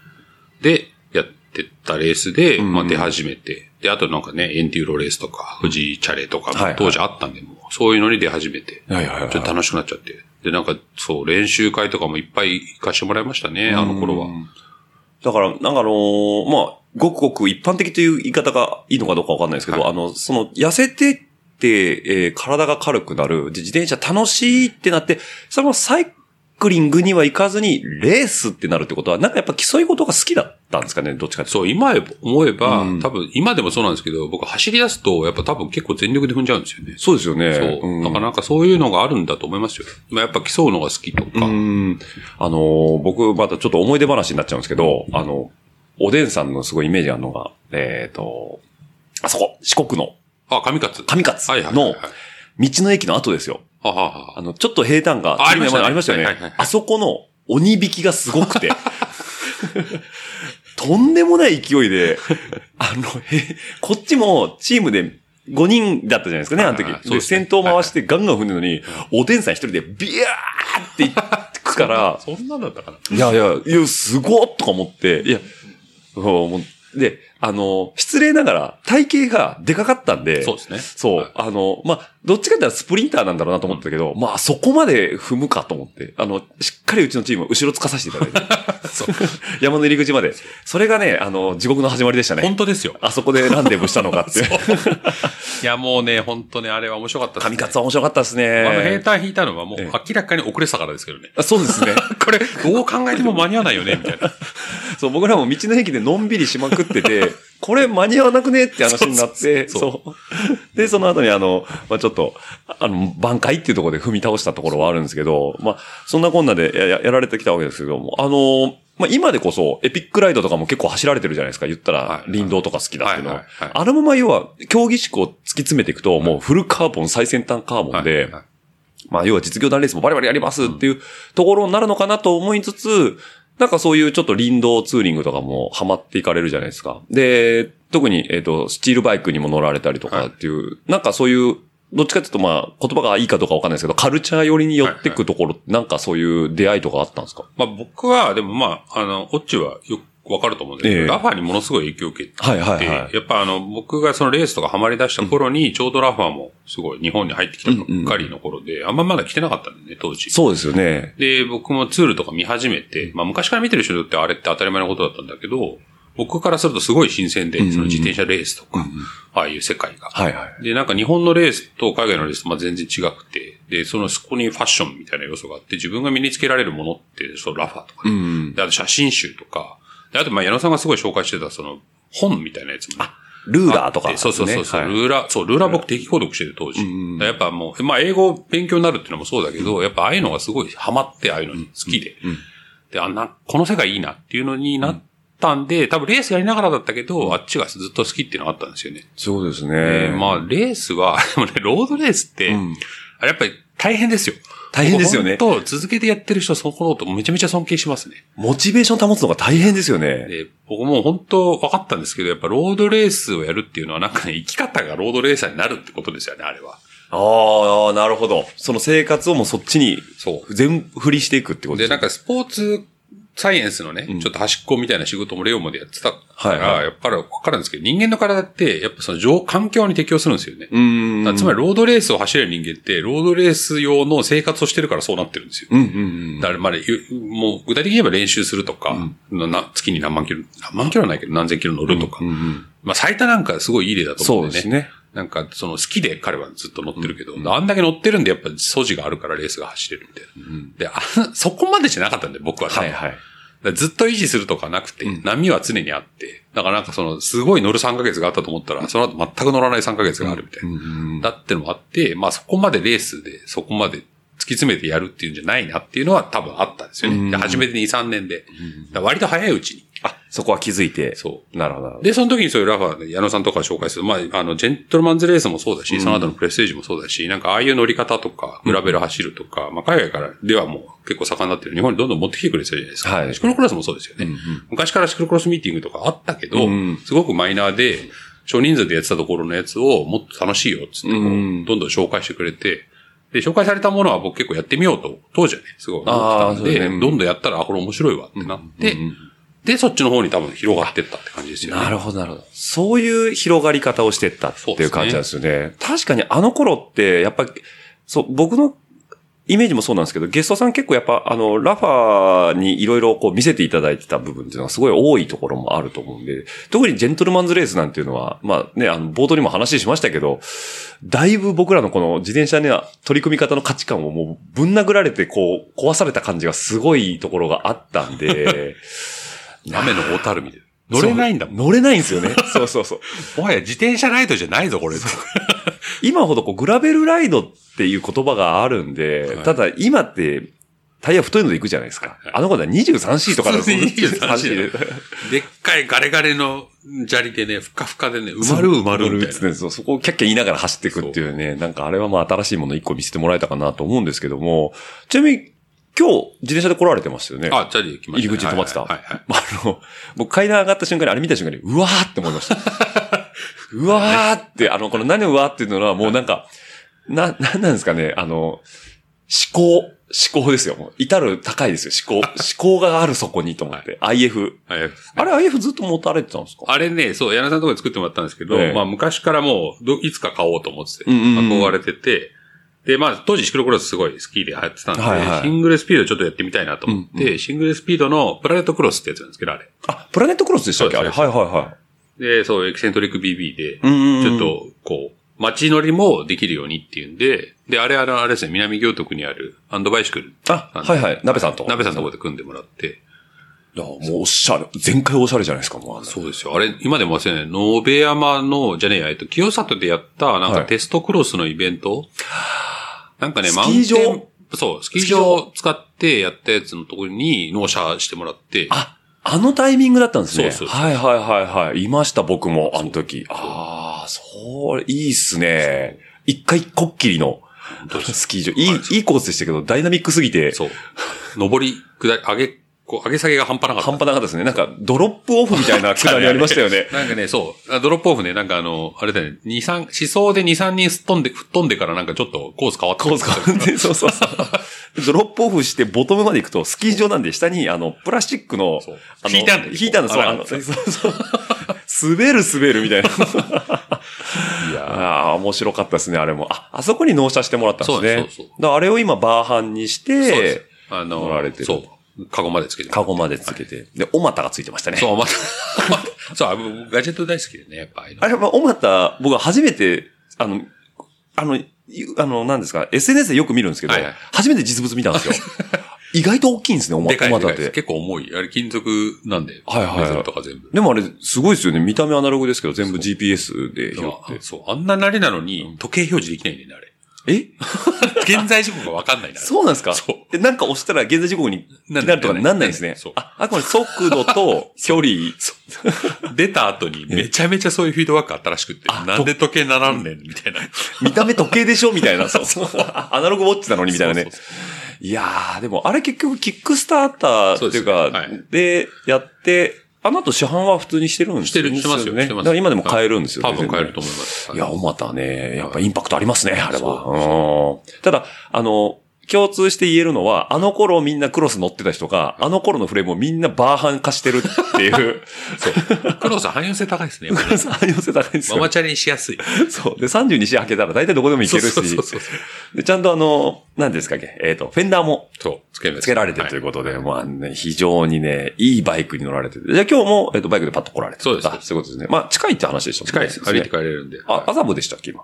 Speaker 4: で、やってたレースで、
Speaker 5: ん
Speaker 4: まあ出始めて、で、あとなんかね、エンテューロレースとか、富士チャレとか
Speaker 5: はいはい、
Speaker 4: 当時あったんで、もうそういうのに出始めて、
Speaker 5: はいはいはい
Speaker 4: ちょっと楽しくなっちゃって。で、なんか、そう、練習会とかもいっぱい行かしてもらいましたね、あの頃は。
Speaker 5: だから、なんかあのーまあ、ごくごく一般的という言い方がいいのかどうかわかんないですけど、
Speaker 4: はい
Speaker 5: あの、その、痩せてって、えー体が軽くなる、で自転車楽しいってなって、そのサイクリングには行かずに、レースってなるってことは、なんかやっぱ競い事が好きだったんですかね、どっちかっていうと。
Speaker 4: そう、今思えば、
Speaker 5: うん
Speaker 4: 多分、今でもそうなんですけど、僕走り出すと、やっぱ多分結構全力で踏んじゃうんですよね。
Speaker 5: そうですよね。
Speaker 4: そう。
Speaker 5: ん
Speaker 4: だからなんかそういうのがあるんだと思いますよ。まあ、やっぱ競うのが好きとか。
Speaker 5: うん。あのー僕、またちょっと思い出話になっちゃうんですけど、あの、おでんさんのすごいイメージあるのが、えっ、と、あそこ、四国の、
Speaker 4: あ、神勝。
Speaker 5: 上勝
Speaker 4: はいはいは
Speaker 5: の
Speaker 4: いはい、
Speaker 5: 道の駅の後ですよ。
Speaker 4: ははは
Speaker 5: あの、ちょっと平坦が、
Speaker 4: あありましたね
Speaker 5: ありましたよね、
Speaker 4: はいはいはい
Speaker 5: あそこの鬼引きがすごくて、 とんでもない勢いで、 あの、へこっちもチームで5人だったじゃないですかね、あの時。
Speaker 4: はいはい
Speaker 5: で
Speaker 4: そうですね
Speaker 5: 先頭回してガンガン踏んでるのに、おでんさん一人でビヤーっていく から、
Speaker 4: そんなんだったかない
Speaker 5: やいや、いや、すごっとか思って、いや、そうもうで、あの、失礼ながら体型がでかかったんで、
Speaker 4: そうですね
Speaker 5: そう、
Speaker 4: はい
Speaker 5: あの、まあ、どっちかって言ったらスプリンターなんだろうなと思ってたけど、まあ、そこまで踏むかと思って、あの、しっかりうちのチームは後ろつかさせていただいて。
Speaker 4: そう。
Speaker 5: 山の入り口まで。それがね、あの、地獄の始まりでした
Speaker 4: 本
Speaker 5: ね。
Speaker 4: 当ですよ。
Speaker 5: あそこでランデブーしたのか って。
Speaker 4: いや、もうね、本当ね、あれは面白かったです、
Speaker 5: 神
Speaker 4: ね。
Speaker 5: 勝は面白かったですね。
Speaker 4: あの、兵隊引いたのはもう
Speaker 5: ええ
Speaker 4: 明らかに遅れてたからですけどね。
Speaker 5: あそうですね。
Speaker 4: これ、どう考えても間に合わないよね、みたいな。
Speaker 5: そう、僕らも道の駅でのんびりしまくって て、これ間に合わなくねって話になって、
Speaker 4: そ
Speaker 5: そううで、その後にあの、まあ、ちょっと、あの、挽回っていうところで踏み倒したところはあるんですけど、まあ、そんなこんなでやややられてきたわけですけども、あのまあ、今でこそ、エピックライドとかも結構走られてるじゃないですか。言った
Speaker 4: は
Speaker 5: ら、
Speaker 4: い
Speaker 5: 林道とか好きだっていうのは。
Speaker 4: はいはいはい
Speaker 5: あのまま要は、競技志を突き詰めていくと、もうフルカーボン、最先端カー ボンで、
Speaker 4: はいはい
Speaker 5: まあ、要は実業団レースもバリバリやりますっていうところになるのかなと思いつつ、なんかそういうちょっと林道ツーリングとかもハマっていかれるじゃないですか。で、特に、えっ、と、スチールバイクにも乗られたりとかっていう、なんかそういう、どっちかっていうとまあ、言葉がいいかどうかわかんないですけど、カルチャー寄りに寄ってくところ、なんかそういう出会いとかあったんですか
Speaker 4: まあ僕は、でもまあ、あの、オッチはよくわかると思うんですけど、
Speaker 5: ええ
Speaker 4: ラファーにものすごい影響を受けて、
Speaker 5: はいはい
Speaker 4: で
Speaker 5: はい。
Speaker 4: やっぱあの、僕がそのレースとかハマり出した頃に、ちょうどラファーもすごい日本に入ってきたばっかりの頃で、あんままだ来てなかったんでね、当時。
Speaker 5: そうですよね。
Speaker 4: で、僕もツールとか見始めて、まあ昔から見てる人にとってはあれって当たり前のことだったんだけど、僕からするとすごい新鮮で、その自転車レースとか、ああいう世界が。
Speaker 5: はいはい。
Speaker 4: で、なんか日本のレースと海外のレースとまあ全然違くて、で、そのそこにファッションみたいな要素があって、自分が身につけられるものって、そのラファとかね、で、あと写真集とか、で、あとまあ矢野さんがすごい紹介してたその本みたいなやつもね、
Speaker 5: ルーラーとか、
Speaker 4: あってそうそうそうそう、
Speaker 5: はい
Speaker 4: ルーラー、そう、ルーラー僕定期購読してる当時。だからやっぱもう、まあ英語勉強になるっていうのもそうだけど、やっぱああいうのがすごいハマって、ああいうのに好きで。で、あんな、この世界いいなっていうのになったんで、多分レースやりながらだったけど、あっちがずっと好きっていうのがあったんですよね。
Speaker 5: そうです
Speaker 4: え
Speaker 5: ね。
Speaker 4: まあレースは、 でもね、ロードレースって、あれやっぱり大変ですよ。
Speaker 5: 大変ですよね
Speaker 4: と続けてやってる人、そこのことめちゃめちゃ尊敬しますね。
Speaker 5: モチベーション保つのが大変ですよね。
Speaker 4: で、僕もう本当分かったんですけど、やっぱロードレースをやるっていうのはなんかね、生き方がロードレーサーになるってことですよね、あれは。
Speaker 5: ああ、なるほど。その生活をもうそっちに、
Speaker 4: そ
Speaker 5: 全振りしていくってこと
Speaker 4: で、
Speaker 5: です
Speaker 4: なん
Speaker 5: ね。
Speaker 4: かスポーツサイエンスのね、ちょっと端っこみたいな仕事もレオモでやってたから、
Speaker 5: はいはい
Speaker 4: やっぱり分かるんですけど、人間の体って、やっぱその状環境に適応するんですよね。
Speaker 5: うーん。
Speaker 4: だからつまりロードレースを走れる人間って、ロードレース用の生活をしてるからそうなってるんですよ。
Speaker 5: うんうん
Speaker 4: だからまあ、ゆもう具体的に言えば練習するとか、な月に何万キロ、何万キロはないけど何千キロ乗るとか、まあ最多なんかすごいいい例だと思うんでね。
Speaker 5: そうですね
Speaker 4: なんかその好きで彼はずっと乗ってるけど、あんだけ乗ってるんでやっぱ素地があるからレースが走れるみたいな。であ、 そこまでじゃなかったんで僕は、
Speaker 5: うん。はいはい。
Speaker 4: だからずっと維持するとかなくて、波は常にあって、だからなんかその、すごい乗る3ヶ月があったと思ったら、その後全く乗らない3ヶ月があるみたいな。だってのもあって、まあそこまでレースで、そこまで突き詰めてやるっていうんじゃないなっていうのは多分あったんですよね。で初めて2、3年で。だから割と早いうちに。
Speaker 5: あ、そこは気づいて。。
Speaker 4: そう
Speaker 5: なるほど。
Speaker 4: で、その時にそういうラファーで矢野さんとか紹介する。まあ、あの、ジェントルマンズレースもそうだし、その後のプレステージもそうだし、なんかああいう乗り方とか、グラベル走るとか、まあ、海外からではもう結構盛んになってる。日本にどんどん持ってきてくれてるじゃないですか。
Speaker 5: はい
Speaker 4: シクロクロスもそうですよね。昔からシクロクロスミーティングとかあったけど、すごくマイナーで、少人数でやってたところのやつをもっと楽しいよ、っつってこう、どんどん紹介してくれて、で、紹介されたものは僕結構やってみようと、当時はね、すごい思ってたんで、
Speaker 5: あーそうですね
Speaker 4: どんどんやったら、あ、これ面白いわってなって、で、そっちの方に多分広がってったって感じですよね。
Speaker 5: なるほど、なるほど。そういう広がり方をしてったっていう感じなんですよね。確かにあの頃って、やっぱ、そう、僕のイメージもそうなんですけど、ゲストさん結構やっぱ、あの、ラファーにいろいろこう見せていただいてた部分っていうのがすごい多いところもあると思うんで、特にジェントルマンズレースなんていうのは、まあね、あの、冒頭にも話しましたけど、だいぶ僕らのこの自転車には取り組み方の価値観をもうぶん殴られてこう壊された感じがすごいところがあったんで、
Speaker 4: 雨の大たるみで。 乗れないんだもん。
Speaker 5: そう 乗れないんですよね。そうそうそう。
Speaker 4: もはや自転車ライドじゃないぞ、これ。
Speaker 5: 今ほどこうグラベルライドっていう言葉があるんで、
Speaker 4: はい
Speaker 5: ただ今ってタイヤ太いので行くじゃないですか。あの頃は 23C とかだ
Speaker 4: 普通に
Speaker 5: 23
Speaker 4: 23C
Speaker 5: で。
Speaker 4: でっかいガレガレの砂利でね、ふかふかでね、埋まる埋まるみたい
Speaker 5: っ
Speaker 4: な
Speaker 5: つっ。てそうそこをキャッキャ言いながら走っていくっていうね、なんかあれはまあ新しいもの一個見せてもらえたかなと思うんですけども、ちなみに今日自転車で来られてましたよね。
Speaker 4: あ、チャリで来ましたね、
Speaker 5: 入り口に止まってた。
Speaker 4: はいはいはい
Speaker 5: まああの、僕階段上がった瞬間にあれ見た瞬間に、うわーって思いました。 うわーって、あの、この何をうわーっていうのはもうなんか、な、なんなんですかね、あの、思考、思考ですよ。もう至る高いですよ、 思考。思考があるそこにと思って。IF。
Speaker 4: はいはい
Speaker 5: あれ IF ずっと持たれてたんですか
Speaker 4: あれね、そう、柳さんのところで作ってもらったんですけど、
Speaker 5: ええ
Speaker 4: まあ昔からもうど、いつか買おうと思ってて、
Speaker 5: うんうんうん
Speaker 4: 憧れてて、で、まあ、当時シクロクロスすごいスキーで流行ってたんで、
Speaker 5: はいはい
Speaker 4: シングルスピードちょっとやってみたいなと思って、シングルスピードのプラネットクロスってやつなんですけど、あれ。
Speaker 5: あ、プラネットクロスでしたっけあ
Speaker 4: そう
Speaker 5: れ。
Speaker 4: です
Speaker 5: はいはいは
Speaker 4: で、そう、エキセントリック BB で、
Speaker 5: うんうんうん
Speaker 4: ちょっと、こう、街乗りもできるようにっていうんで、で、あれ、あれ、あれですね、南行徳にあるアンドバイシクル。
Speaker 5: い。あ、はいはい。鍋さんと。
Speaker 4: 鍋さんのとこで組んでもらって。
Speaker 5: いや、もうおしゃれ。全開おしゃれじゃないですか、もうあの。
Speaker 4: そうですよ。あれ、今でも忘れない。野辺山の、じゃねえや、えっと、清里でやった、な
Speaker 5: は
Speaker 4: んか
Speaker 5: い
Speaker 4: テストクロスのイベント、なんかね、
Speaker 5: ス
Speaker 4: マウン
Speaker 5: キー場
Speaker 4: テン、そう、スキー場を使ってやったやつのところに納車してもらって、
Speaker 5: あ、あのタイミングだったんですね。
Speaker 4: そうそうそう
Speaker 5: はいはいはいはい。いました、僕も、あの時。ああ、そう、いいっすね。一回こっきりの
Speaker 4: 当で、す
Speaker 5: スキー場。
Speaker 4: はい
Speaker 5: いい、いいコースでしたけど、ダイナミックすぎて、
Speaker 4: そう。上り、下り、上げ、こう、上げ下げが半端なかった。
Speaker 5: 半。端なかったですね。なんか、ドロップオフみたいなくだりありましたよね
Speaker 4: なんかね、そう。あドロップオフね、なんかあの、あれだよね、二三、思想で2、3人すっ飛んで、吹っ飛んでからなんかちょっとコース変わった。
Speaker 5: コース変わ って、そうそうそう。ドロップオフして、ボトムまで行くと、スキー場なんで、下に、あの、プラスチックの
Speaker 4: そう、
Speaker 5: あの
Speaker 4: 引いてあんの
Speaker 5: 引いたんだ、そう、
Speaker 4: あ
Speaker 5: あの、そうそう。滑る滑るみ たいな。
Speaker 4: いや
Speaker 5: ああ、面白かったですね、あれも。あ、あそこに納車してもらったんですね。
Speaker 4: そうですそうそう
Speaker 5: だからあれを今、バーハンにし
Speaker 4: ーそうです
Speaker 5: て、。
Speaker 4: あ
Speaker 5: 乗られ
Speaker 4: の
Speaker 5: て、る
Speaker 4: そう。カゴまでつけてもらって
Speaker 5: カゴまでつけて。で、おまたがついてましたね。
Speaker 4: そう、 また、そう、あ僕ガジェット大好きでね、やっぱああいうの
Speaker 5: あれ、まあ、おまた、僕は初めて、あの、あの、ゆあの、なんですか、SNS でよく見るんですけど、
Speaker 4: はいはい
Speaker 5: 初めて実物見たん ですよ。意外と大きいんですね、おま
Speaker 4: でか
Speaker 5: お
Speaker 4: い
Speaker 5: ま
Speaker 4: でか
Speaker 5: たっ
Speaker 4: いです。
Speaker 5: て。
Speaker 4: 結構重い。あれ金属なんで。
Speaker 5: はいはいはい
Speaker 4: メタルとか全部。
Speaker 5: でもあれ、すごいですよね。見た目アナログですけど、全部 GPS で拾っ
Speaker 4: そう
Speaker 5: て。
Speaker 4: そう、あんななりなのに、時計表示できないんだよね、あれ。
Speaker 5: え
Speaker 4: 現在時刻がわかんないんだ。
Speaker 5: そうなんですか
Speaker 4: そう
Speaker 5: えなんか押したら現在時刻になるとかなんないです
Speaker 4: なんない
Speaker 5: ね
Speaker 4: そう。
Speaker 5: あ、あくまで速度 と距離。
Speaker 4: 出た後にめちゃめちゃそういうフィードバックあったらしくって、なんで時計ならんねん、みたいな。
Speaker 5: 見た目時計でしょみたいな。そうそう。アナログウォッチなのにみたいなね
Speaker 4: そう。
Speaker 5: いやー、でもあれ結局キックスターターっていう
Speaker 4: そ
Speaker 5: か、
Speaker 4: うですねはい
Speaker 5: で、やって、あの後市販は普通にしてるんです
Speaker 4: してるしてますよ
Speaker 5: ね。
Speaker 4: してます
Speaker 5: だから今でも買えるんですよ、
Speaker 4: 多分買える
Speaker 5: と
Speaker 4: と思います。
Speaker 5: いや、おまたね、やっぱインパクトありますね、あれは。
Speaker 4: そう
Speaker 5: うんただ、あの、共通して言えるのは、あの頃みんなクロス乗ってた人が、あの頃のフレームをみんなバーハン化してるって いう、
Speaker 4: クロス汎用性高いですね。やっぱ
Speaker 5: ク
Speaker 4: り
Speaker 5: ロス汎用性高いんです
Speaker 4: マ
Speaker 5: よ
Speaker 4: マ。チャレにしやすい。
Speaker 5: そう。で、32試合開けたら大体どこでも行けるし
Speaker 4: そうそうそうそう、
Speaker 5: でちゃんとあの、何ですかっけ、えっと、フェンダーも
Speaker 4: そう、つけられてる
Speaker 5: つけられてるということで、まあね、非常にね、いいバイクに乗られてて。じゃあ今日も、えっと、バイクでパッと来られて
Speaker 4: そうです
Speaker 5: あそういうことですね。まあ、近いって話でしたもんね
Speaker 4: 近いです。歩いて帰れるんで。
Speaker 5: あ、麻布でしたっけ、今。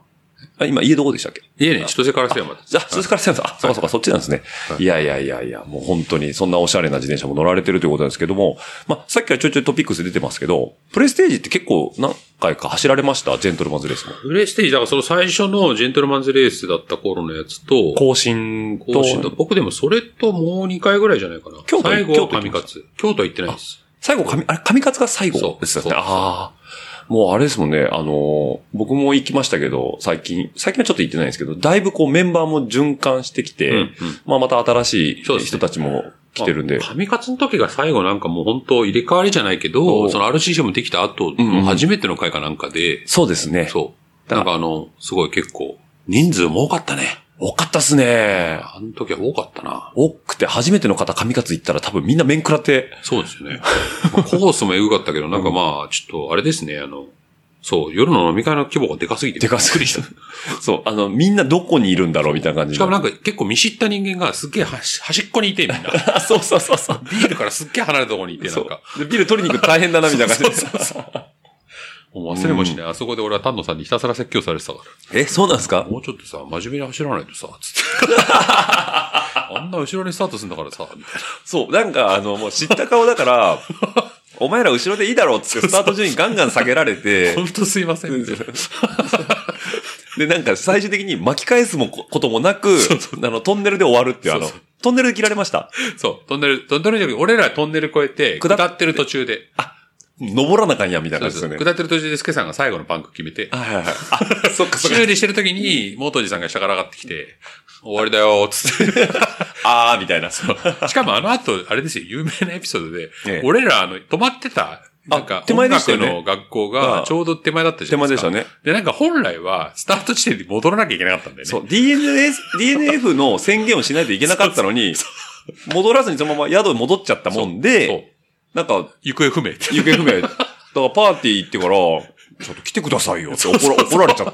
Speaker 5: あ今、家どこでしたっけ
Speaker 4: 家ね、千歳からすればまた。
Speaker 5: じゃあ、それからすいません。あ、そうかそうか、そっちなんですね。いやいやいやいや、もう本当に、そんなおしゃれな自転車も乗られてるということなんですけども、まあ、さっきからちょいちょいトピックス出てますけど、プレステージって結構何回か走られましたジェントルマンズレースも。
Speaker 4: プレステージ、だからその最初のジェントルマンズレースだった頃のやつと、
Speaker 5: 更新と、
Speaker 4: 更新と、僕でもそれともう2回ぐらいじゃないかな。
Speaker 5: 京都
Speaker 4: 最後
Speaker 5: 京
Speaker 4: は
Speaker 5: 都行き
Speaker 4: 神
Speaker 5: ま
Speaker 4: 勝。京都は行ってないです。
Speaker 5: 最後、神、あれ、神勝が最後
Speaker 4: そう
Speaker 5: ですよ
Speaker 4: そう
Speaker 5: ね。ああ。もうあれですもんね、あのー、僕も行きましたけど、最近、最近はちょっと行ってないんですけど、だいぶこうメンバーも循環してきて、
Speaker 4: うんうん
Speaker 5: まあまた新しい
Speaker 4: そうですね
Speaker 5: 人たちも来てるんで、
Speaker 4: 神勝の時が最後なんかもう本当入れ替わりじゃないけど、
Speaker 5: お
Speaker 4: その RCC もできた後の初めての回かなんかで、
Speaker 5: そうですね。
Speaker 4: そう。なんかあの、すごい結構、人数も多かったね。
Speaker 5: 多かったっすね。
Speaker 4: あの時は多かったな。
Speaker 5: 多くて、初めての方、神勝行ったら多分みんな面食らって、
Speaker 4: そうですよね。まあコースもエグかったけど、なんかまあ、ちょっとあれですね、あの、そう、夜の飲み会の規模がでかすぎて。
Speaker 5: でか すぎ た。そう、あの、みんなどこにいるんだろうみたいな感じで
Speaker 4: しかもなんか結構見知った人間がすっげえ端端っこにいて、みん な。
Speaker 5: あ そうそうそうそう。
Speaker 4: ビールからすっげえ離れたところにいて、なんか。
Speaker 5: そうでビル取りに行くの大変だな、みたいな感じで。
Speaker 4: もう忘れもしない。あそこで俺は丹野さんにひたすら説教されてたか。
Speaker 5: え、そうなんですから
Speaker 4: もうちょっとさ、真面目に走らないとさ、つ って。あんな後ろにスタートするんだからさ、 みたい
Speaker 5: そう、なんか、あの、もう知った顔だ から、お前ら後ろでいいだろうっつって、スタート順位ガンガン下げられて
Speaker 4: な。、ほんとすいません、みたいな。
Speaker 5: で、なんか最終的に巻き返すもここともなく、あの、トンネルで終わるっていう、あの、トンネルで切られました。
Speaker 4: そう、トンネル、トンネルじゃなくて俺らトンネル越えて、
Speaker 5: 下
Speaker 4: 下
Speaker 5: っ
Speaker 4: ってる途中で。
Speaker 5: 登らなかんや、みたい
Speaker 4: そ
Speaker 5: な感
Speaker 4: う
Speaker 5: じ
Speaker 4: そ
Speaker 5: で
Speaker 4: う
Speaker 5: すよね。
Speaker 4: 下ってる途中で、スケさんが最後のパンク決めて、
Speaker 5: はいはいはい。あ、そっかそっ か。
Speaker 4: 修理してる時に、モートジさんが下から上がってきて、終わりだよ、つ って。
Speaker 5: あー、みたいな。
Speaker 4: しかもあの後、あれですよ、有名なエピソードで、
Speaker 5: ええ
Speaker 4: 俺ら、あの、泊まってた、なんか、
Speaker 5: 手前でしたよ
Speaker 4: 音
Speaker 5: ね
Speaker 4: 楽の学校
Speaker 5: あ
Speaker 4: が
Speaker 5: あ、
Speaker 4: ちょうど手前だったじゃないですか。
Speaker 5: 手前でした
Speaker 4: ね。で、なんか本来は、スタート地点に戻らなきゃいけなかったんだよね。
Speaker 5: そう、DNS、DNF の宣言をしないといけなかったのに、戻らずにそのまま宿に戻っちゃったもん
Speaker 4: そう
Speaker 5: で、なんか、
Speaker 4: 行方不明って。
Speaker 5: 行方不明。だからパーティー行ってから、ちょっと来てくださいよって怒ら怒られちゃって。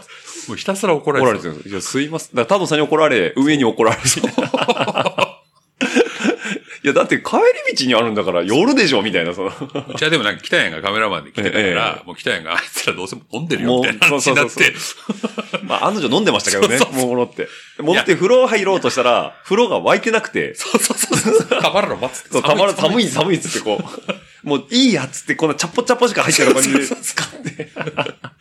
Speaker 4: もうひたすら怒ら
Speaker 5: 怒ら
Speaker 4: れ
Speaker 5: れ
Speaker 4: て
Speaker 5: て
Speaker 4: る。
Speaker 5: るんですよいや。すいません。だから、多分さんに怒られ、上に怒られ て。いや、だって帰り道にあるんだから夜でしょみたいな、 その。
Speaker 4: うちはでもなんか北谷がカメラマンで来てたか
Speaker 5: ええ
Speaker 4: ら、もう北谷があいつらどうせ飲んでるよみたいな
Speaker 5: もう
Speaker 4: 話
Speaker 5: そう
Speaker 4: にな
Speaker 5: そう
Speaker 4: っ
Speaker 5: そう
Speaker 4: て、
Speaker 5: まあ、案の定飲んでましたけどね。
Speaker 4: そうそう
Speaker 5: もう戻って。戻って風呂入ろうとしたら、風呂が沸いてなくて、
Speaker 4: そうそうそう そう、かまるの待つって。
Speaker 5: そうたまら寒い寒いっつってこ う、もういいやっつってこんなチャッポチャッポしか入ってない感じで使って。
Speaker 4: 懐か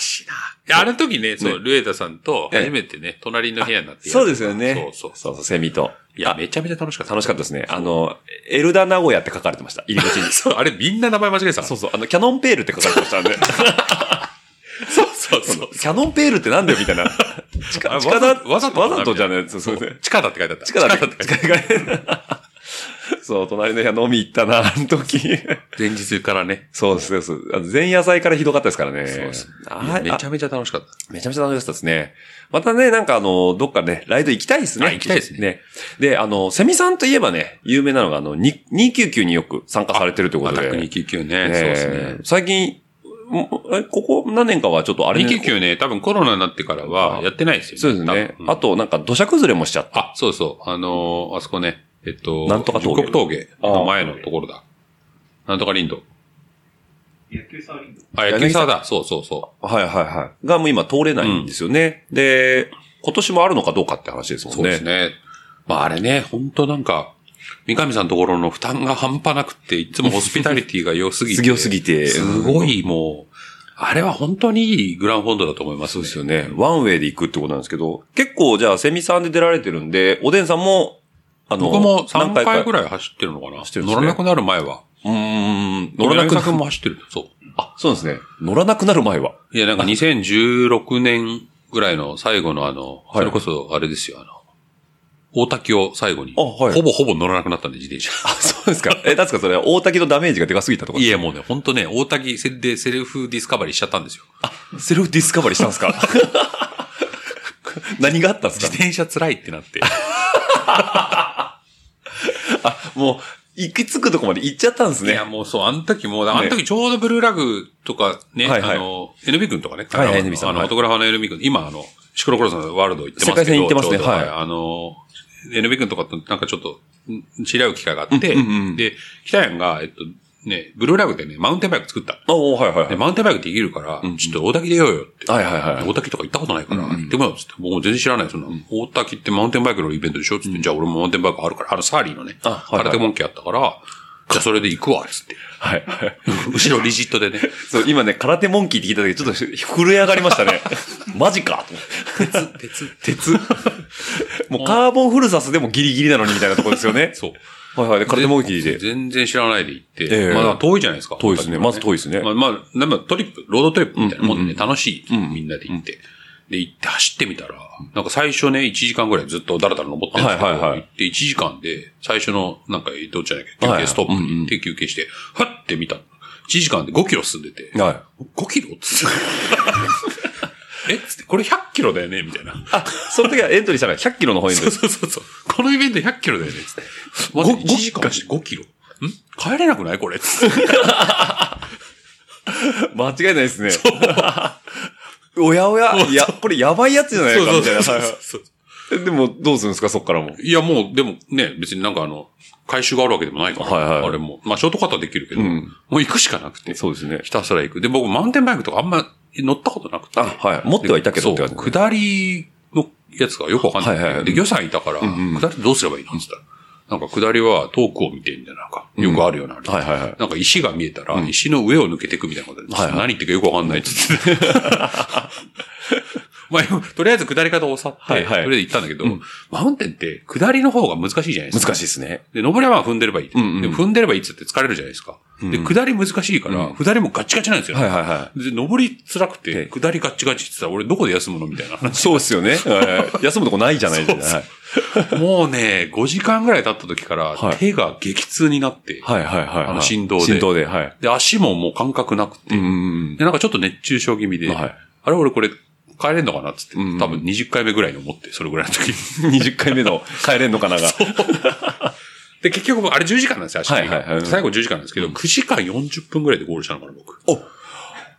Speaker 4: しいな。いや、あの時ね、そう、ルエダさんと初めてね、隣の部屋になってやる。
Speaker 5: そうですよね。
Speaker 4: そうそう。
Speaker 5: そうそう、セミと。
Speaker 4: いや、めちゃめちゃ楽しかった。。
Speaker 5: 楽しかったですね。あの、エルダ名古屋って書かれてました。入り口に
Speaker 4: そう、あれみんな名前間違えてたから。
Speaker 5: そうそう、あの、キャノンペールって書かれてましたんで。
Speaker 4: そうそう。
Speaker 5: キャノンペールってなんだよみたいな。地下、
Speaker 4: あ
Speaker 5: 地下だ、
Speaker 4: わざと
Speaker 5: わざとじゃないそうそ
Speaker 4: そうう
Speaker 5: ね。
Speaker 4: 地下だって書いてあった。
Speaker 5: 地下だって、地下がそう、隣の部屋飲み行ったな、あの時。
Speaker 4: 前日からね。
Speaker 5: そうです、そうです。あの前夜祭からひどかったですからね。
Speaker 4: そうそうい
Speaker 5: あ
Speaker 4: や
Speaker 5: あ
Speaker 4: めちゃめちゃ楽しかった。
Speaker 5: めちゃめちゃ楽しかったですね。またね、なんかあの、どっかね、ライド行きたいですね。
Speaker 4: あ行きたいですね
Speaker 5: で、あの、セミさんといえばね、有名なのが、あの、に299によく参加されてるというこ
Speaker 4: ア
Speaker 5: と
Speaker 4: タ
Speaker 5: で。
Speaker 4: ック299
Speaker 5: え
Speaker 4: ね。
Speaker 5: ー
Speaker 4: そうですね。
Speaker 5: 最近、んえここ何年かはちょっとあれね
Speaker 4: 299ね、多分コロナになってからはやってないですよね。
Speaker 5: そうですね
Speaker 4: 多。分
Speaker 5: あと、なんか土砂崩れもしちゃった。
Speaker 4: あ、そうそう。あのーあそこね。えっと、
Speaker 5: なんとか峠
Speaker 4: 十国峠
Speaker 5: ああ
Speaker 4: の前のところだ。なんとか林道。野球沢林道。あ、野球沢だ。そうそうそ
Speaker 5: はいはいはい。がもう今通れないんですよね。で、今年もあるのかどうかって話です
Speaker 4: う。
Speaker 5: もん
Speaker 4: そ
Speaker 5: ね。
Speaker 4: うですね。まああれね、本当なんか、三上さんのところの負担が半端なくって、いつもホスピタリティが良 すぎて。
Speaker 5: 次を過ぎて。
Speaker 4: すごいもう、あれは本当にいいグランフォンドだと思います、
Speaker 5: そうですよね。ワンウェイで行くってことなんですけど、結構じゃあセミさんで出られてるんで、おでんさんも、あの、
Speaker 4: 僕も3
Speaker 5: 何
Speaker 4: 回ぐ
Speaker 5: らい。
Speaker 4: らい走ってるのかな
Speaker 5: 走ってるんです
Speaker 4: 乗
Speaker 5: ね
Speaker 4: らなくなる前は。
Speaker 5: うーん、乗ら
Speaker 4: 乗ら
Speaker 5: な
Speaker 4: な
Speaker 5: く
Speaker 4: く
Speaker 5: な
Speaker 4: な
Speaker 5: る。
Speaker 4: も走ってる。そ
Speaker 5: あ、そうですね。乗らなくなる前は。
Speaker 4: う。いや、なんか2016年ぐらいの最後のあの、
Speaker 5: い
Speaker 4: それこそあれですよ、あの、大滝を最後に、
Speaker 5: あはい
Speaker 4: ほぼほぼ乗らなくなったんで、自 転車。
Speaker 5: あ、そうですか。え、確かそれ、大滝のダメージがでかすぎたとか。
Speaker 4: いや、もうね、ほんとね、大滝でセルフディスカバリーしちゃったんですよ。
Speaker 5: セルフディスカバリーしたんですか 何があったんです
Speaker 4: 自
Speaker 5: か
Speaker 4: 転車辛いって なって。
Speaker 5: もう、行き着くとこまで行っちゃったんです
Speaker 4: い
Speaker 5: ね。
Speaker 4: や、もうそう、あの時もう、あの時ちょうどブルーラグとかね、
Speaker 5: はいはい
Speaker 4: あの、NB 君とかね、
Speaker 5: はいはい NB さん
Speaker 4: あの、
Speaker 5: はい
Speaker 4: フォトグラファーの NB 君、今あの、シクロクロスのワールド行ってますけど
Speaker 5: 世界戦行ってますね
Speaker 4: ちょうど
Speaker 5: はい
Speaker 4: あの、NB 君とかとなんかちょっと、ん知り合う機会があって、
Speaker 5: うんうんうん
Speaker 4: で、北谷が、えっと、ね、ブルーラグでね、マウンテンバイク作った。
Speaker 5: あ、おはいはいは
Speaker 4: で、
Speaker 5: い。
Speaker 4: マウンテンバイクできるから、ちょっと大滝出ようよって。
Speaker 5: はいはいはい
Speaker 4: で大滝とか行ったことないから、行ってもらうっつって。僕も全然知らないその、大滝ってマウンテンバイクのイベントでしょっつって、じゃあ俺もマウンテンバイクあるから、あのサーリーのね、
Speaker 5: あはいはい
Speaker 4: 空手モンキーあったから、じゃあそれで行くわ、っつって。
Speaker 5: はいはい。
Speaker 4: 後ろリジットでね、
Speaker 5: そう、今ね、空手モンキーって聞いた時、ちょっと震え上がりました ね。マジかと思って
Speaker 4: 鉄、
Speaker 5: 鉄。もうカーボンフルサスでもギリギリなのにみたいなところですよ ね。
Speaker 4: そう。
Speaker 5: はいはい。で、空手モンキーで。
Speaker 4: 全然知らないで行って、
Speaker 5: ええ
Speaker 4: まあ遠いじゃないですか。
Speaker 5: 遠いですねまず遠いですね
Speaker 4: まあ、まあ、でもトリップ、ロードトリップみたいなもんでね、楽しい、みんなで行って。で、行って走ってみたら、なんか最初ね、1時間ぐらいずっとだらだら登ってるんですけど、
Speaker 5: はいはいはい
Speaker 4: 行って1時間で、最初の、なんか、どっちじゃないか、
Speaker 5: はいはい
Speaker 4: 休憩ストップに行って休憩して、はって見た。1時間で5キロ進んでて、
Speaker 5: はい。
Speaker 4: 5キロっつ って。えっつって、これ100キロだよねみたいな。
Speaker 5: あ、その時はエントリーしたら100キロの方に
Speaker 4: そうそうそうそう。このイベント100キロだよね。つって。まず1時間して5キロ。ん帰れなくないこれ。つって
Speaker 5: 間違いないですね。おやおや、いや、これやばいやつじゃないかみたいなはいは
Speaker 4: そう。
Speaker 5: い。でも、どうするんですか、そっからも。
Speaker 4: いや、もう、でもね、別になんかあの、回収があるわけでもないから、
Speaker 5: はいはい
Speaker 4: あれも。まあ、ショートカットはできるけど、
Speaker 5: うん
Speaker 4: もう行くしかなくて、
Speaker 5: そうですね。
Speaker 4: ひたすら行く。で、僕、マウンテンバイクとかあんま乗ったことなくて。
Speaker 5: あ、はい。持ってはいたけどって
Speaker 4: そ
Speaker 5: 感
Speaker 4: う、
Speaker 5: じ。
Speaker 4: 下りのやつがよくわかんない。
Speaker 5: はいはいはい
Speaker 4: で、魚さんいたから、
Speaker 5: んうん
Speaker 4: 下りどうすればいいのって言ったら、なんか下りは遠くを見てみたいな、なんか、よくあるような、あれ
Speaker 5: はいはいはい
Speaker 4: なんか石が見えたら、石の上を抜けていくみたいなことで、
Speaker 5: はいはい
Speaker 4: 何言ってるかよくわかん ないっつって。まあ、とりあえず下り方を教わって、
Speaker 5: はいはい
Speaker 4: とりあえず行ったんだけど、マウンテンって下りの方が難しいじゃないですか。
Speaker 5: 難しいですね。
Speaker 4: で、登りはまあ踏んでればいいって。
Speaker 5: うんうん
Speaker 4: で踏んでればいいっつって疲れるじゃないですか。で、下り難しいから、下りもガチガチなんですよ。
Speaker 5: はいはいは
Speaker 4: で、登り辛く
Speaker 5: ええ
Speaker 4: て、下りガチガチって言ったら、俺どこで休むのみたいな
Speaker 5: い。そうですよ ね。はいはい休むとこないじゃないですか。はい
Speaker 4: もうね、5時間ぐらい経った時から
Speaker 5: はい、
Speaker 4: 手が激痛になって、
Speaker 5: はいはいはいはい。
Speaker 4: あの振動で
Speaker 5: 振動で、はい。
Speaker 4: で、足ももう感覚なくて、
Speaker 5: うんうん
Speaker 4: で、なんかちょっと熱中症気味で、
Speaker 5: はい
Speaker 4: あれ俺これ帰れんのかなっつって、
Speaker 5: うん
Speaker 4: 多分20回目ぐらいに思って、それぐらいの時 に。
Speaker 5: うん。20回目の帰れんのかな が。
Speaker 4: で、結局僕あれ10時間なんですよ、足切りが
Speaker 5: はいはいはい
Speaker 4: 最後10時間なんですけど、9時間40分ぐらいでゴールしたのかな、僕。
Speaker 5: お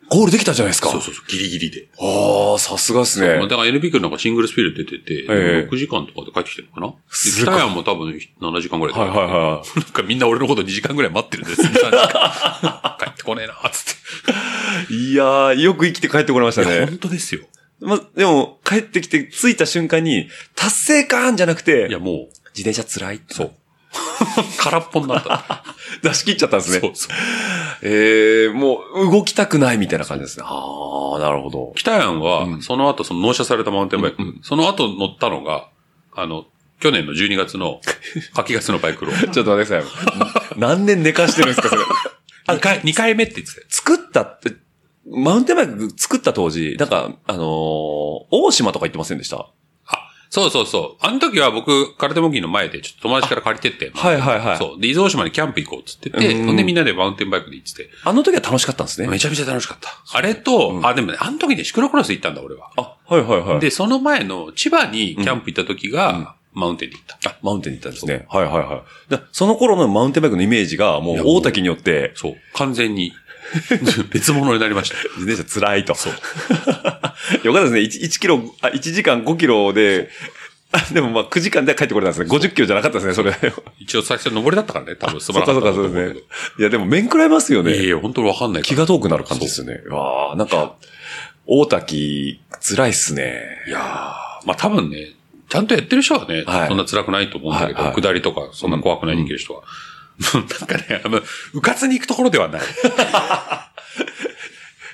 Speaker 5: ゴールできたじゃないですか。
Speaker 4: そうそうそう、ギリギリで。
Speaker 5: ああ、さすがですね。
Speaker 4: だから NB クなんかシングルスピード出てて、
Speaker 5: ええ
Speaker 4: 6時間とかで帰ってきてるのかなです
Speaker 5: ごい
Speaker 4: 北谷も多分7時間ぐらいで
Speaker 5: はいはいは
Speaker 4: なんかみんな俺のこと2時間ぐらい待ってるんです。3時 間帰ってこねえな、つっ
Speaker 5: い。いやー、よく生きて帰ってこれました
Speaker 4: て。いや、
Speaker 5: ね。
Speaker 4: 本当ですよ。
Speaker 5: ま、でも、帰ってきて着いた瞬間に、達成感じゃなくて、
Speaker 4: いや、もう、
Speaker 5: 自転車辛いって。そう。
Speaker 4: 空っぽになった。
Speaker 5: 出し切っちゃったんです ね。
Speaker 4: そうそう。
Speaker 5: ええもう、動きたくないみたいな感じですね。ああ、なるほど。
Speaker 4: 北谷
Speaker 5: う
Speaker 4: は、
Speaker 5: ん
Speaker 4: その後、その納車されたマウンテンバイク、
Speaker 5: うん
Speaker 4: その後乗ったのが、あの、去年の12月 の、秋月のバイクロー。
Speaker 5: ちょっと待ってくださ い。何年寝かしてるんですか、それ。
Speaker 4: 2回、二回目って言ってたよ。
Speaker 5: 作ったって、マウンテンバイク作った当時、なんか、あのー大島とか行ってませんでした
Speaker 4: あ、そうそうそう。あの時は僕、空手モンキーの前で、ちょっと友達から借りてって。
Speaker 5: はいはいはい
Speaker 4: そう。で、伊豆大島にキャンプ行こうっつってて、
Speaker 5: うん
Speaker 4: ほんでみんなでマウンテンバイクで行ってて、
Speaker 5: あの時は楽しかったんですね。
Speaker 4: めちゃめちゃ楽しかった。あれと、
Speaker 5: うん
Speaker 4: あ、でもね、あの時ね、シクロクロス行ったんだ、俺は。
Speaker 5: あ、はいはいはい。
Speaker 4: で、その前の千葉にキャンプ行った時が、マウンテンに行った。
Speaker 5: あ、マウンテンに行ったんですね。はいはいはい。だその頃のマウンテンバイクのイメージが、もう
Speaker 4: いやもう
Speaker 5: 大滝によって、
Speaker 4: そう。完全 に、別物になりました。
Speaker 5: 自転車辛いと。 よかったですね。1, キロ、あ、1時間5キロで、 あでもまあ9時間で帰ってこれたんですね。50キロじゃなかったです ね、それ。
Speaker 4: 一応最初登りだったからね、多分素晴
Speaker 5: そっ
Speaker 4: らし
Speaker 5: か
Speaker 4: か
Speaker 5: そ
Speaker 4: っ
Speaker 5: ったか
Speaker 4: と
Speaker 5: そ
Speaker 4: 思
Speaker 5: う
Speaker 4: う
Speaker 5: です
Speaker 4: けど
Speaker 5: ね。。いや、でも面食らいますよ
Speaker 4: いやい
Speaker 5: ね。
Speaker 4: や、本当にわかんないか
Speaker 5: 気
Speaker 4: ら。
Speaker 5: が遠くなる感じですよね。わあなんか、大滝、辛いっすね。
Speaker 4: いやーまあ多分ね、ちゃんとやってる人はね、
Speaker 5: はい
Speaker 4: そんな辛くないと思うんだけど、
Speaker 5: はいはい
Speaker 4: 下りとか、そんな怖くないできる人は。なん かね、あの、うかつに行くところで はない。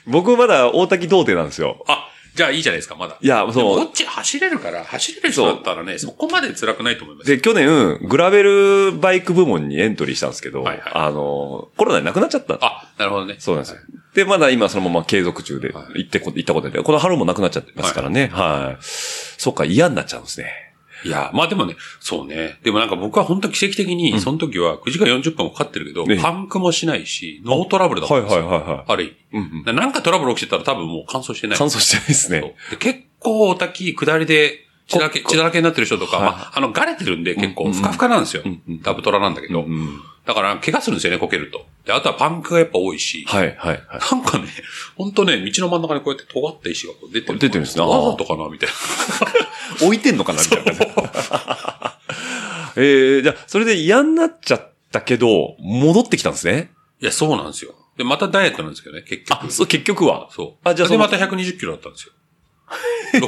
Speaker 5: 僕まだ大滝童貞なんですよ。
Speaker 4: あ、じゃあいいじゃないですか、まだ。
Speaker 5: いや、
Speaker 4: でも
Speaker 5: そ
Speaker 4: こ
Speaker 5: う。
Speaker 4: っち走れるから、走れる人だったらね、そこまで辛くないと思いますよ。
Speaker 5: で、去年、グラベルバイク部門にエントリーしたんですけど、
Speaker 4: はいはい
Speaker 5: あの、コロナでなくなっちゃった。
Speaker 4: あ、なるほどね。
Speaker 5: そうなんですよ。で、まだ今そのまま継続中で
Speaker 4: は
Speaker 5: 行ってこ、行ったことで、この春もなくなっちゃってますからね。はい。そっか、嫌になっちゃうんですね。
Speaker 4: いや、まあでもね、そうね。でもなんか僕は本当奇跡的に、その時は9時間40分もかかってるけど、
Speaker 5: ね
Speaker 4: パンクもしないし、ノートラブルだったんですよ。
Speaker 5: は
Speaker 4: ある意味
Speaker 5: い。うんうん。
Speaker 4: ななんかトラブル起きてたら多分もう乾燥してない。
Speaker 5: 乾燥してないです
Speaker 4: そう
Speaker 5: ね。
Speaker 4: で結構おたき、下りで、血だらけ、血だらけになってる人とか、
Speaker 5: はい
Speaker 4: まあ、あの、がれてるんで結
Speaker 5: うん
Speaker 4: 構
Speaker 5: うん
Speaker 4: ふかふかなんですよ
Speaker 5: んうん。
Speaker 4: ダブトラなんだけど。
Speaker 5: ん。
Speaker 4: だから、怪我するんですよね、こけると。で、あとはパンクがやっぱ多いし。
Speaker 5: はい、はい、はい。
Speaker 4: なんかね、ほんとね、道の真ん中にこうやって尖った石がこう出てる。
Speaker 5: 出てるんですね
Speaker 4: わざとかなみたいな。
Speaker 5: 置いてんのかなみたいな。 えー、じゃあ、それで嫌になっちゃったけど、戻ってきたんですね。
Speaker 4: いや、そうなんですよ。で、またダイエットなんですけどね、結局。
Speaker 5: そう、結局は。
Speaker 4: そう。
Speaker 5: あじゃあ
Speaker 4: で、
Speaker 5: その
Speaker 4: また120キロだった んですよ。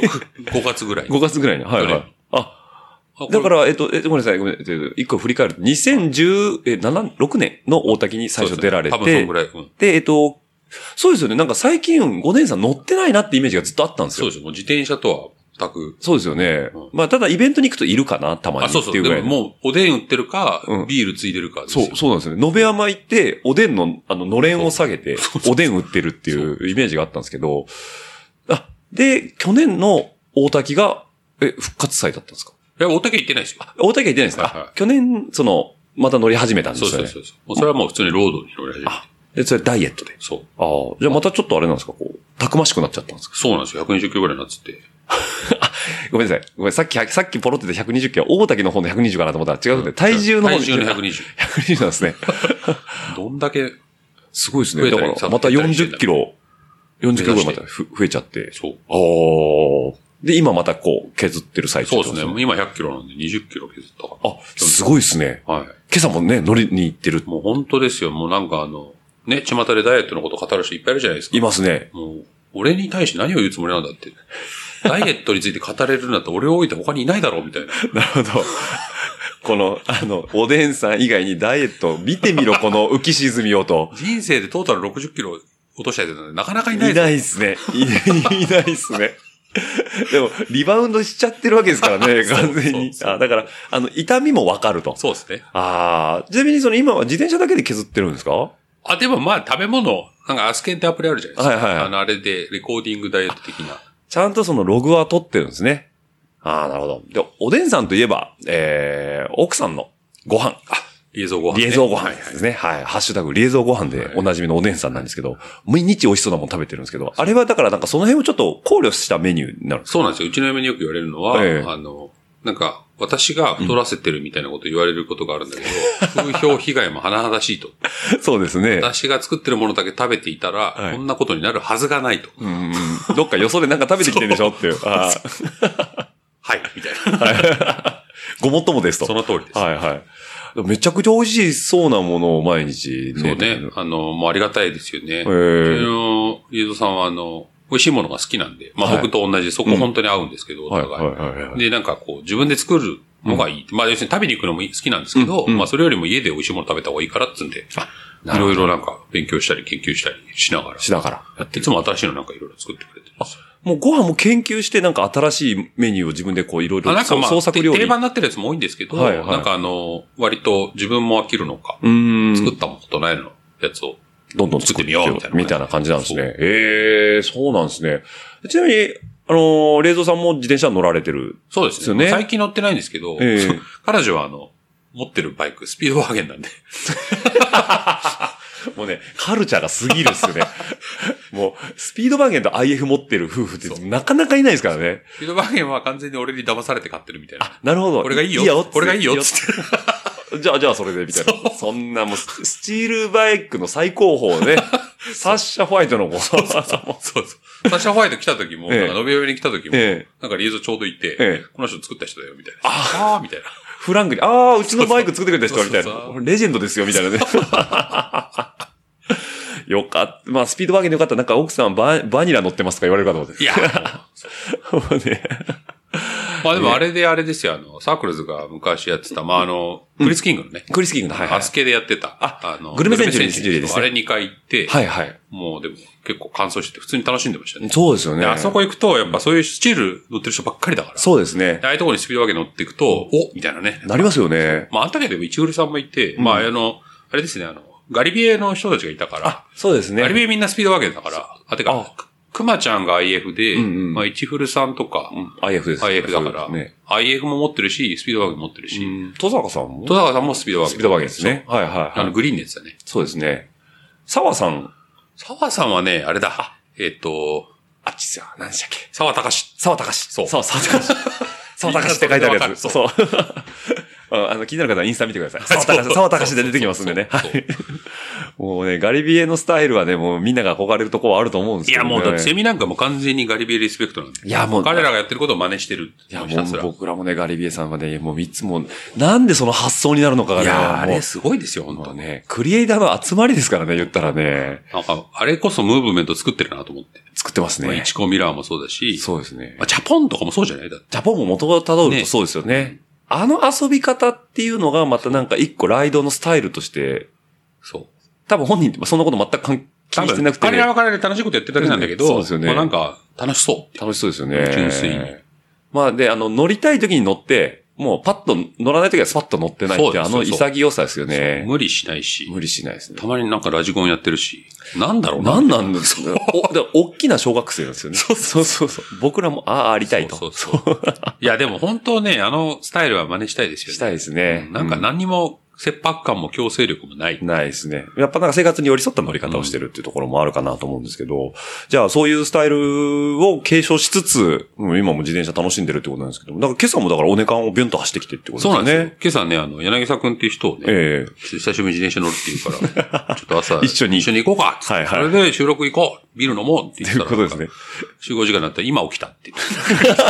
Speaker 4: 6 5月ぐらいに。
Speaker 5: 5月ぐらいに。はい、は
Speaker 4: 去
Speaker 5: い
Speaker 4: 年。
Speaker 5: あ、
Speaker 4: あこれ
Speaker 5: だから、えっと、えっとごめんなさい、ごめんなさい。えっと一個振り返ると、2017、6年の大滝に最初出られて、
Speaker 4: そうですね多分そのぐらい。うん。
Speaker 5: で、えっと、そうですよね。なんか最近、5年さん乗ってないなってイメージがずっとあったんです
Speaker 4: そう
Speaker 5: よ。
Speaker 4: ですよ。もう自転車とは全く。
Speaker 5: そうですよね。
Speaker 4: うん
Speaker 5: まあ、ただイベントに行くといるかなたまに
Speaker 4: あ、そう
Speaker 5: っ
Speaker 4: そ。
Speaker 5: ていううぐら
Speaker 4: で
Speaker 5: い
Speaker 4: も
Speaker 5: の。
Speaker 4: もう、おでん売ってるか、
Speaker 5: うん
Speaker 4: ビールついでるかです
Speaker 5: そ
Speaker 4: よ。
Speaker 5: う、そうなんですよね。野辺山行って、おでんの、あの、のれんを下げて、おでん売ってるっていうイメージがあったんですけど、あ、で、去年の大滝が、え、復活祭だったんですか
Speaker 4: いや、大竹行ってないですよ。
Speaker 5: 大滝は行ってないんですか、
Speaker 4: はいはい
Speaker 5: あ去年、その、また乗り始めたんです
Speaker 4: そう
Speaker 5: よね。
Speaker 4: そうそうそう。もうそれはもう普通にロードに乗り始めて。
Speaker 5: あ、で、それダイエットで。
Speaker 4: そう。
Speaker 5: ああ、じゃあまたちょっとあれなんですかこう、たくましくなっちゃったんですか
Speaker 4: そうなんですよ。120キロぐらいになってて。
Speaker 5: ごめんなさい。ごめん、さっき、さっきポロってた120キロ、大滝の方の120かなと思ったら違うので、体重の方
Speaker 4: 体重の
Speaker 5: 120。
Speaker 4: 120。
Speaker 5: 120なんですね。
Speaker 4: どんだけ、
Speaker 5: すごいです
Speaker 4: 増
Speaker 5: ね。
Speaker 4: え
Speaker 5: だ
Speaker 4: た
Speaker 5: か
Speaker 4: り
Speaker 5: ら、また40キロ、40キロぐらいまたふ増えちゃって。
Speaker 4: そう。
Speaker 5: ああ。で、今またこう、削ってる最中っ
Speaker 4: そう
Speaker 5: て
Speaker 4: で
Speaker 5: こと
Speaker 4: すね。もう今100キロなんで20キロ削ったか
Speaker 5: あ、すごいですね。
Speaker 4: ら。はい。
Speaker 5: 今朝もね、乗りに行ってる。
Speaker 4: もう本当ですよ。もうなんかあの、ね、巷でダイエットのこと語る人いっぱいいるじゃないですか。
Speaker 5: いますね。
Speaker 4: もう、俺に対して何を言うつもりなんだって。ダイエットについて語れるんだったら俺を置いて他にいないだろうみたいな。
Speaker 5: なるほど。この、あの、おでんさん以外にダイエットを見てみ ろ、この浮き沈みをと。
Speaker 4: 人生でトータル60キロ落としたやつなんてなかなかい
Speaker 5: い
Speaker 4: な
Speaker 5: ない
Speaker 4: ぞ
Speaker 5: いっすね。いいないっすね。でも、リバウンドしちゃってるわけですから ね、
Speaker 4: そう
Speaker 5: 完全に。
Speaker 4: そうそう
Speaker 5: あだから、あの、痛みもわかると。
Speaker 4: そうですね。
Speaker 5: ああ、ちなみにその今は自転車だけで削ってるんですか
Speaker 4: あ、でもまあ食べ物、なんかアスケンってアプリあるじゃないですか。
Speaker 5: はいはいはい
Speaker 4: あの、あれでレコーディングダイエット的な。
Speaker 5: ちゃんとそのログは取ってるんですね。ああ、なるほど。で、おでんさんといえば、えー、奥さんのご飯。
Speaker 4: リエゾーご飯、ね。
Speaker 5: リエゾーご飯
Speaker 4: はい
Speaker 5: で
Speaker 4: はい
Speaker 5: すね。はい。ハッシュタグ、リエゾーご飯でおなじみのおでんさんなんですけど、毎日美味しそうなもの食べてるんですけど、あれはだからなんかその辺をちょっと考慮したメニューになるんです
Speaker 4: そうなんですよ。うちの嫁によく言われるのは、
Speaker 5: ええ
Speaker 4: あの、なんか、私が太らせてるみたいなこと言われることがあるんだけど、風評被害も甚だ しいと。
Speaker 5: そうですね。
Speaker 4: 私が作ってるものだけ食べていたら、
Speaker 5: はい
Speaker 4: こんなことになるはずがないと。
Speaker 5: うんうんどっかよそでなんか食べてきてるでしょっていう。 あー
Speaker 4: はい、みたいな。
Speaker 5: ごもっともですと。
Speaker 4: その通りです。
Speaker 5: はいはい。めちゃくちゃ美味しそうなものを毎日、
Speaker 4: そうね。あの、もうありがたいですよね。うち
Speaker 5: ー
Speaker 4: の、ゆうぞさんは、あの、美味しいものが好きなんで、ま
Speaker 5: は
Speaker 4: あ
Speaker 5: い
Speaker 4: 僕と同じ、そこ本当に合うんですけど、お
Speaker 5: はい
Speaker 4: 互い。
Speaker 5: はいはいはい。
Speaker 4: で、なんかこう、自分で作るのがいい。まあ、要するに食べに行くのも好きなんですけど、
Speaker 5: うんうん
Speaker 4: まあ、それよりも家で美味しいもの食べた方がいいからっつうんで、いろいろなんか勉強したり研究したりしながら、
Speaker 5: しながら。
Speaker 4: やっていつも新しいのなんかいろいろ作ってくれてるんですよ
Speaker 5: もうご飯も研究してなんか新しいメニューを自分でこういろいろ
Speaker 4: あなんかまあ、
Speaker 5: 創作料理。
Speaker 4: 定番になってるやつも多いんですけど、
Speaker 5: はいはい
Speaker 4: なんかあの、割と自分も飽きるのか、
Speaker 5: うーん。
Speaker 4: 作ったことないのやつを。
Speaker 5: どんどん作ってみよう
Speaker 4: 作
Speaker 5: み
Speaker 4: ってみようみた
Speaker 5: た
Speaker 4: い
Speaker 5: い
Speaker 4: な
Speaker 5: な,、感じなんですね。ええそうなんですね。ちなみに、あのー、冷蔵さんも自転車乗られてる。
Speaker 4: そうですね。
Speaker 5: ですよね
Speaker 4: 最近乗ってないんですけど、
Speaker 5: ええ
Speaker 4: 彼女はあの、持ってるバイク、スピードワーゲンなんで、
Speaker 5: もうね、カルチャーが過ぎるっすよね。 もう、スピードバーゲンと IF 持ってる夫婦ってなかなかいないですからね。
Speaker 4: スピードワーゲンは完全に俺に騙されて買ってるみたいな。
Speaker 5: なるほど。
Speaker 4: これがいいよ。
Speaker 5: いや
Speaker 4: これがいいよ。つっ て。
Speaker 5: じゃあ、じゃあそれで、みたいな。そんなもうス、スチールバイクの最高峰 ね。サッシャホワイトの子。
Speaker 4: そうそう。サッシャホワイト来た時も、
Speaker 5: ええ
Speaker 4: なんか、伸び伸びに来た時も、
Speaker 5: ええ
Speaker 4: なんかリエゾちょうどいて、
Speaker 5: ええ
Speaker 4: この人作った人だよ、みたいな。ああ、みたいな。
Speaker 5: フランクに、ああ、うちのバイク作ってくれた人
Speaker 4: そう
Speaker 5: みたい
Speaker 4: そうそう
Speaker 5: な。レジェンドですよ、みたいなね。よかった。まあ、スピードワーゲンでよかった。なんか奥さんババニラ乗ってますとか言われるかと思って。
Speaker 4: いや、
Speaker 5: もうね
Speaker 4: まあでもあれであれですよ、あの、サークルズが昔やってた、まああの、クリス・キングのね、
Speaker 5: クリスキングの、はいはい
Speaker 4: ア。スケでやってた、
Speaker 5: あ
Speaker 4: の、
Speaker 5: グルメセンチュリーですね
Speaker 4: あれ2回行って、
Speaker 5: はいはい。
Speaker 4: もうでも結構乾燥してて普通に楽しんでましたね。
Speaker 5: そうですよね。
Speaker 4: であそこ行くと、やっぱそういうスチール乗ってる人ばっかりだから、
Speaker 5: そうですね
Speaker 4: で。ああいうところにスピードワーゲン乗っていくと、おみたいなね。
Speaker 5: なりますよね。
Speaker 4: まああの時はでも一売さんもいて、まああの、あれですね、あの、ガリビエの人たちがいたから、
Speaker 5: そうですね。
Speaker 4: アリベみんなスピードワーゲンだから。あ、てか、くくまちゃんが IF
Speaker 5: ん
Speaker 4: で、
Speaker 5: うん
Speaker 4: まあ、一古さんとか、
Speaker 5: IF です。
Speaker 4: IF だから、
Speaker 5: そうですね。
Speaker 4: IF も持ってるし、スピードワーゲン持ってるし、
Speaker 5: 戸坂さんも
Speaker 4: 戸坂さんもスピードワーゲン。
Speaker 5: スピードバーゲンですね。はいはい
Speaker 4: そう。あ
Speaker 5: は
Speaker 4: の、
Speaker 5: い。
Speaker 4: グリーンのやつだね。
Speaker 5: そうですね。沢さん。
Speaker 4: 沢さんはね、あれだ。えっ、と、
Speaker 5: あっちですよ。何でしたっけ
Speaker 4: 沢隆。
Speaker 5: 沢隆史。そう。沢隆史。沢隆史って書いてあるやつ。そう。 ああの、気になる方はインスタ見てください。沢隆史、沢隆史で出てきますんでね。
Speaker 4: そう
Speaker 5: はいもうね、ガリビエのスタイルはね、もうみんなが憧れるとこはあると思うんです
Speaker 4: い
Speaker 5: けど、
Speaker 4: や、
Speaker 5: ね。
Speaker 4: もう、だってセミなんかもう完全にガリベリスペクトなんで。
Speaker 5: いやもう
Speaker 4: 彼らがやってることを真似してる。
Speaker 5: いや、
Speaker 4: ひた
Speaker 5: も
Speaker 4: す
Speaker 5: う
Speaker 4: ら
Speaker 5: 僕らもね、ガリビエさんはね、もういつも、なんでその発想になるのかが
Speaker 4: い
Speaker 5: ね、
Speaker 4: や、あ
Speaker 5: も
Speaker 4: れ
Speaker 5: う
Speaker 4: すごいですよ、本当
Speaker 5: もう
Speaker 4: ね。
Speaker 5: ね、クリエイターの集まりですからね、言ったらね、
Speaker 4: なんか、あれこそムーブメント作ってるなと思って。
Speaker 5: 作ってます
Speaker 4: まあ
Speaker 5: ね
Speaker 4: イ。チコミラーもそうだし、
Speaker 5: そうですね
Speaker 4: まあ、。ジャポンとかもそうじゃないだって。
Speaker 5: ジャポンも元をたどるとそうですよね。あの遊び方っていうのがまたなんか一個ライドのスタイルとして、
Speaker 4: そう。
Speaker 5: 多分本人ってそんなこと全く関気にしてなくて、
Speaker 4: 彼らは彼らで楽しいことやってるだけなんだけど、
Speaker 5: そうですよね
Speaker 4: まあなんか、楽しそうっていう。
Speaker 5: 楽しそうですよね。
Speaker 4: 純粋に。
Speaker 5: まあで、あの、乗りたい時に乗って、もうパッと乗らない時はスパッと乗ってない
Speaker 4: そ
Speaker 5: っ
Speaker 4: うで
Speaker 5: て、あ
Speaker 4: す
Speaker 5: の
Speaker 4: そうそう
Speaker 5: 潔さですよね。
Speaker 4: 無理しないし、
Speaker 5: 無理しないですね
Speaker 4: た。まになんかラジコンやってるし、なんだろうな。
Speaker 5: なんなんです かお、だから大きな小学生なんですよね。そうそうそうそう。僕らも、ああ、ありたいと。
Speaker 4: そうそうそう。いや、でも本当ね、あのスタイルは真似したいですよね。
Speaker 5: したいですね。
Speaker 4: なんか
Speaker 5: う
Speaker 4: 何にも切迫感も強制力もない。
Speaker 5: ないですね。やっぱなんか生活に寄り添った乗り方をしてるっていうところもあるかなと思うんですけど、じゃあそういうスタイルを継承しつつ、うん今も自転車楽しんでるってことなんですけど、だから今朝もだからおねかんをビュンと走ってきてってこと
Speaker 4: そう
Speaker 5: です
Speaker 4: な
Speaker 5: よ
Speaker 4: ん
Speaker 5: ね。
Speaker 4: ですよ。今朝ね、あの、柳沢くんっていう人をね、
Speaker 5: ええ
Speaker 4: 久しぶりに自転車乗るっていう から、ちょっと朝、
Speaker 5: 一緒に
Speaker 4: 一緒に行こうかって
Speaker 5: はいはい
Speaker 4: それで収録行こうビール飲もうって言っ
Speaker 5: とい
Speaker 4: た
Speaker 5: う
Speaker 4: ら、
Speaker 5: ことですね。
Speaker 4: 集合時間になったら今起き たって言って。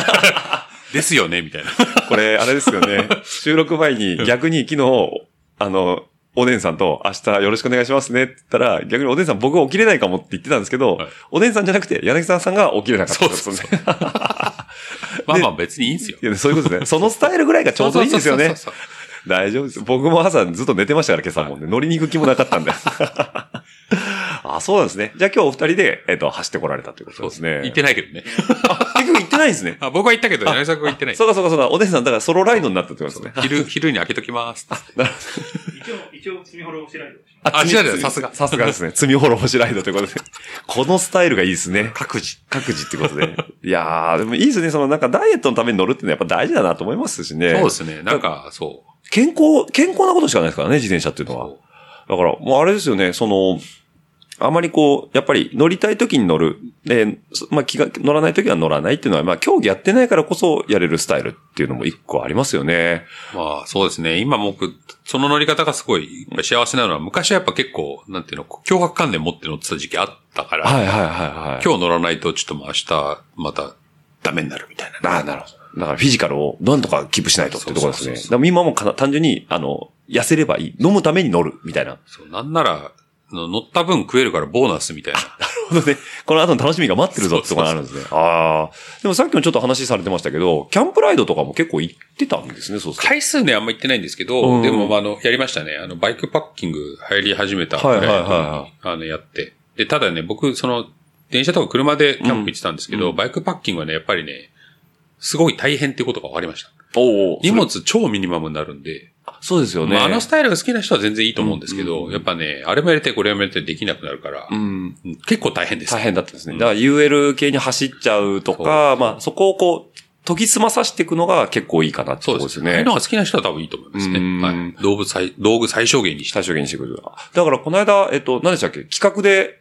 Speaker 4: ですよねみたいな。
Speaker 5: これ、あれですよ ね。収録前に逆に昨日、あの、おでんさんと明日よろしくお願いしますねって言ったら、逆におでんさん僕は起きれないかもって言ってたんですけど、
Speaker 4: はい
Speaker 5: おでんさんじゃなくて柳沢さんが起きれなかったんですよね。
Speaker 4: まあまあ別にいいんすよ。
Speaker 5: いやそういうことですね。そのスタイルぐらいがちょうどいいんですよね。大丈夫です。僕も朝ずっと寝てましたから、今朝もね。乗りに行く気もなかったんで。 あ、そうなんですね。じゃあ今日お二人で、えっ、と、走ってこられたということ
Speaker 4: そう
Speaker 5: で
Speaker 4: ですすね
Speaker 5: ね。。
Speaker 4: 行ってないけ どね。
Speaker 5: あ結局行ってないんですね。
Speaker 4: あ僕は行ったけど、柳沢君は行ってない。
Speaker 5: そうかそうかそうか。おでんさん、だからソロライドになったってことですね。
Speaker 4: 昼、昼に開けときます。
Speaker 6: 一応、一応、罪滅ぼしライドをします。
Speaker 4: あ、
Speaker 5: 罪
Speaker 4: 違う違う、さすが。
Speaker 5: さすがですね。罪滅ぼしライドということで。このスタイルがいいですね。各自。各自ってこと で。いやー、でもいいですね。そのなんかダイエットのために乗るっていうのはやっぱ大事だなと思いますしね。
Speaker 4: そうですね。なんか、そ
Speaker 5: 健康、健康なことしかないですからね、自転車っていうのは。だから、もうあれですよね、その、あまりこう、やっぱり乗りたい時に乗る。で、そまあ、気が、乗らない時は乗らないっていうのは、まあ、競技やってないからこそやれるスタイルっていうのも一個ありますよね。
Speaker 4: まあ、そうですね。今僕、その乗り方がすごいやっぱり幸せなのは、昔はやっぱ結構、なんていうの、脅迫観念持って乗ってた時期あったから、
Speaker 5: はいはいはいはい。
Speaker 4: 今日乗らないとちょっともう明日、また、ダメになるみたいな。
Speaker 5: ああ、なるほど。だからフィジカルをなんとかキープしないとってところです
Speaker 4: そう
Speaker 5: ね。
Speaker 4: そう
Speaker 5: だ
Speaker 4: そうそう
Speaker 5: から今もかな単純に、あの、痩せればいい。飲むために乗る、みたいな。
Speaker 4: そう、なんなら、の乗った分食えるからボーナスみたいな。
Speaker 5: なので、この後の楽しみが待ってるぞってところがあるんですね。ああ。でもさっきもちょっと話されてましたけど、キャンプライドとかも結構行ってたんですね、そうする
Speaker 4: 回数ね、あんま言ってないんですけど、
Speaker 5: うん
Speaker 4: でも、まああの、やりましたね。あの、バイクパッキング入り始めた
Speaker 5: と。はいはいはい
Speaker 4: ぐらいの
Speaker 5: は
Speaker 4: あの、やって。で、ただね、僕、その、電車とか車でキャンプ行ってたんですけど、バイクパッキングはね、やっぱりね、すごい大変っていうことが分かりました。
Speaker 5: い。おお。
Speaker 4: 荷物超ミニマムになるんで、
Speaker 5: そうですよね。
Speaker 4: まあ、あのスタイルが好きな人は全然いいと思うんですけど、
Speaker 5: うん
Speaker 4: やっぱね、あれもやりたい、これもやりたいできなくなるから、
Speaker 5: うん。
Speaker 4: うん結構大変です。
Speaker 5: 大変だったんですね。
Speaker 4: うん
Speaker 5: だから UL 系に走っちゃうとか、まあそこをこう、研ぎ澄まさせていくのが結構いいかなって
Speaker 4: そ
Speaker 5: こ
Speaker 4: う
Speaker 5: と
Speaker 4: で
Speaker 5: ですす
Speaker 4: ね。ああい
Speaker 5: ね
Speaker 4: うの。が好きな人は多分いいと思いますね。
Speaker 5: うん
Speaker 4: はい、動物最、道具最小限にした
Speaker 5: 最小限にしてくる。だからこの間、えっと、何でしたっけ企画で、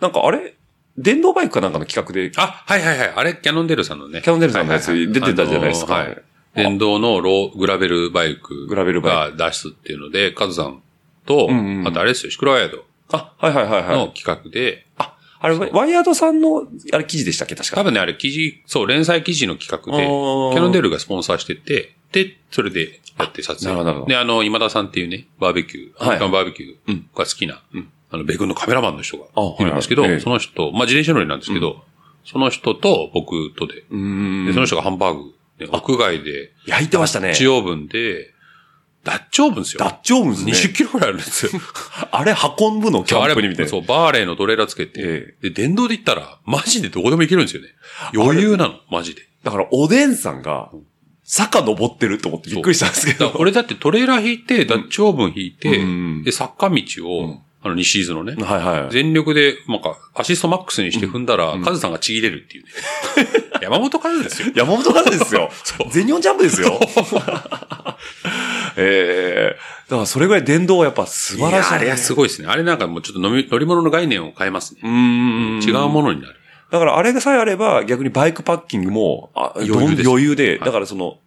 Speaker 5: なんかあれ電動バイクかなんかの企画で、
Speaker 4: あ、はいはいはい。あれ、キャノンデールさんのね。
Speaker 5: キャノンデールさんのやつ
Speaker 4: はいはいはい
Speaker 5: 出てたじゃないですか
Speaker 4: あのーはい電動のロー、グラベルバイク。
Speaker 5: グラベルバ
Speaker 4: が出すっていうので、カズさんと、
Speaker 5: うんうん
Speaker 4: あとあれですよ、シクロワイヤード
Speaker 5: あ、はいはいはいは
Speaker 4: の
Speaker 5: い。
Speaker 4: 企画で、
Speaker 5: あれ、ワイヤードさんの、あれ記事でしたっけ確か。
Speaker 4: 多分ね、あれ記事、そう、連載記事の企画で、
Speaker 5: あ
Speaker 4: キ
Speaker 5: ー
Speaker 4: ャノンデールがスポンサーしてて、で、それでやって撮
Speaker 5: なるほどなるほ
Speaker 4: 影。
Speaker 5: ど
Speaker 4: で、あの、今田さんっていうね、バーベキュー、ア
Speaker 5: はい
Speaker 4: メリカンバーベキュ
Speaker 5: うん
Speaker 4: ーが好きな、
Speaker 5: うん
Speaker 4: あの、米軍のカメラマンの人が
Speaker 5: あはいはい
Speaker 4: いるんですけど、
Speaker 5: ええ
Speaker 4: その人、まあ、自転車乗りなんですけど、その人と僕とで、
Speaker 5: うー
Speaker 4: で、
Speaker 5: ん
Speaker 4: その人がハンバーグ、ね屋外で、
Speaker 5: 焼いてましたね。
Speaker 4: ダッチオーブンで、ダッチオーブンですよ。
Speaker 5: ダッチオーブンズね。
Speaker 4: 20キロぐらいあるんです よ。
Speaker 5: あれ運ぶのキャンプにみたいな。
Speaker 4: そう、バーレーのトレーラーつけて、
Speaker 5: え
Speaker 4: で、電動で行ったら、マジでどこでも行けるんですよね。余裕なの、マジで。
Speaker 5: だから、おでんさんが、坂登ってると思ってびっくりしたんですけ
Speaker 4: だから
Speaker 5: ど。
Speaker 4: 俺だってトレーラー引いて、ダッチオーブン引いて、
Speaker 5: うん
Speaker 4: で、坂道を、
Speaker 5: うん
Speaker 4: あの、西伊豆のね、
Speaker 5: はいはい。
Speaker 4: 全力で、なんか、アシストマックスにして踏んだら、
Speaker 5: ん
Speaker 4: カズさんがちぎれるってい うね。山本カズですよ。
Speaker 5: 山本風ですよ。全日本ジャンプですよ。 ええだからそれぐらい電動はやっぱ素晴らしい、
Speaker 4: やあれはすごいですね。あれなんかもうちょっと乗り乗り物の概念を変えますね。
Speaker 5: うーん。
Speaker 4: 違うものになる。
Speaker 5: だからあれさえあれば逆にバイクパッキングもあ
Speaker 4: 余
Speaker 5: 余裕
Speaker 4: 裕で
Speaker 5: です余裕で、
Speaker 4: はい
Speaker 5: だからその、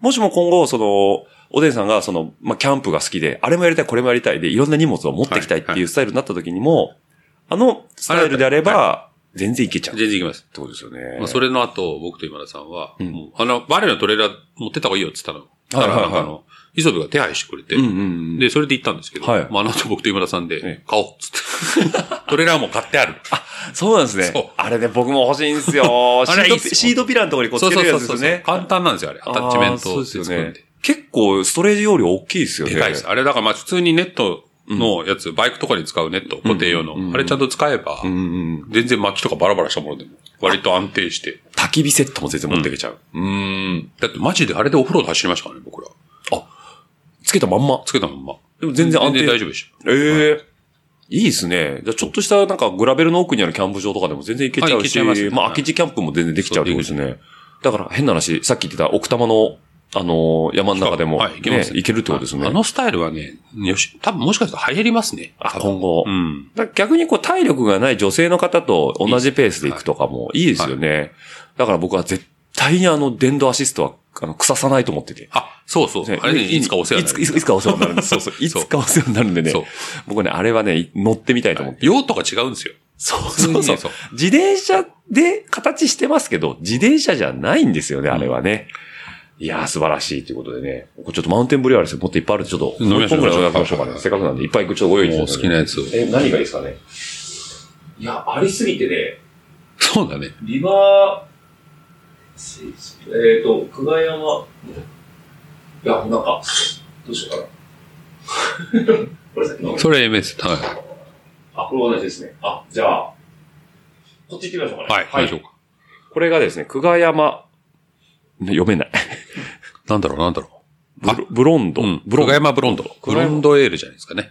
Speaker 5: もしも今後、その、おでんさんが、その、まあ、キャンプが好きで、あれもやりたい、これもやりたいで、いろんな荷物を持ってきたいって
Speaker 4: はい
Speaker 5: い
Speaker 4: は
Speaker 5: うスタイルになった時にも、あのスタイルであれば、全然いけちゃう。って
Speaker 4: 全然行きます。
Speaker 5: ことですよね。
Speaker 4: まあ、それの後、僕と今田さんは、
Speaker 5: うん
Speaker 4: もうあの、バレーのトレーラー持ってった方がいいよって言ったの。だから、なんかあの、磯部が手配してくれて、
Speaker 5: うんうんうん。
Speaker 4: で、それで行ったんですけど、
Speaker 5: はい
Speaker 4: まあ、あの後僕と今田さんで
Speaker 5: え、
Speaker 4: 買おうっつって。トレーラーも買ってある。
Speaker 5: そうなんですね。
Speaker 4: そう
Speaker 5: あれね、僕も欲しいんですよ。シ
Speaker 4: あれ
Speaker 5: ー
Speaker 4: いい
Speaker 5: ド
Speaker 4: っすよ
Speaker 5: シードピラのところにこう
Speaker 4: そ
Speaker 5: つ
Speaker 4: う
Speaker 5: け
Speaker 4: そう
Speaker 5: る
Speaker 4: そ
Speaker 5: や
Speaker 4: う
Speaker 5: つ
Speaker 4: そ
Speaker 5: で
Speaker 4: う
Speaker 5: すね。
Speaker 4: 簡単なんですよ、あれ。アタッチメント
Speaker 5: あーそ
Speaker 4: を作
Speaker 5: うで
Speaker 4: っ
Speaker 5: す
Speaker 4: て
Speaker 5: よね。結構ストレージ容量大きいですよね。
Speaker 4: でかいです。あれだからまあ普通にネットのやつ、バイクとかに使うネット、固定用
Speaker 5: うんうんう
Speaker 4: の。
Speaker 5: ん
Speaker 4: あれちゃんと使えば
Speaker 5: う、んうんうん。
Speaker 4: 全然薪とかバラバラしたものでも、割と安定して。
Speaker 5: 焚き火セットも全然持っていけちゃう。
Speaker 4: うん。だってマジであれでオフロード走りましたからね、僕ら。
Speaker 5: つけたまんま。
Speaker 4: つけたまんま。
Speaker 5: でも全然安定。
Speaker 4: 大丈夫でし
Speaker 5: ええいいですね。じゃあちょっとしたなんかグラベルの奥にあるキャンプ場とかでも全然行けちゃ
Speaker 4: は
Speaker 5: う
Speaker 4: い行け
Speaker 5: し、
Speaker 4: ちゃいますね
Speaker 5: まあ空き地キャンプも全然できちゃうってことですね。だから変な話、さっき言ってた奥多摩の、あのー山の
Speaker 4: た。
Speaker 5: 中でも、
Speaker 4: はい、行けます、
Speaker 5: ね行けるってことですね。
Speaker 4: あのスタイルはね、よし、多分もしかしたら流行りますね。
Speaker 5: あ今後。
Speaker 4: うん。
Speaker 5: だから逆にこう体力がない女性の方と同じペースで行くとかもいいですよね。だから僕は絶対にあの電動アシストはあの腐さないと思ってて。
Speaker 4: あ、そうそう。あれね、いつかお世話になる。
Speaker 5: いついつかお世話になるんです。そうそう。いつかお世話になるんでね
Speaker 4: そう。
Speaker 5: 僕ね、あれはね、い乗ってみたいと思って。
Speaker 4: 用途が違うんですよ。
Speaker 5: そう
Speaker 4: 通
Speaker 5: そう
Speaker 4: にね
Speaker 5: そう。
Speaker 4: そう
Speaker 5: 自転車で形してますけど、自転車じゃないんですよね、あれはね。いやー、素晴らしいということでね。これちょっとマウンテンブリュアーですよ。もっといっぱいあるんで、ちょっと、
Speaker 4: 飲み
Speaker 5: もう
Speaker 4: ま
Speaker 5: 一
Speaker 4: しょ
Speaker 5: 本
Speaker 4: う
Speaker 5: ぐらいお願いしましょうかね。せっかくなんで、いっぱいちょっとご用意して
Speaker 4: もう好
Speaker 5: ます
Speaker 4: きなやつを。
Speaker 5: え、何がいいですかね。いや、ありすぎてね、
Speaker 4: そうだね。
Speaker 6: リバー、えっ、と、久我山、
Speaker 5: いや、なんか、どうしようか
Speaker 6: これさっきの、
Speaker 4: それ MS。は
Speaker 6: あ、これ同じですね。あ、じゃあ、こっち行ってみましょう
Speaker 4: い。
Speaker 6: か
Speaker 4: は
Speaker 6: ね。
Speaker 4: い。行きましょうか。
Speaker 5: な。これがですね、久我山、ね読めない。
Speaker 4: なんだろう、なんだろ
Speaker 5: ブロブロンド、
Speaker 4: う。
Speaker 5: ブロン
Speaker 4: 久我
Speaker 5: ド、
Speaker 4: 山ブロンド。ブ
Speaker 5: 久我
Speaker 4: ロ
Speaker 5: 山
Speaker 4: ンドエールじゃないですかね。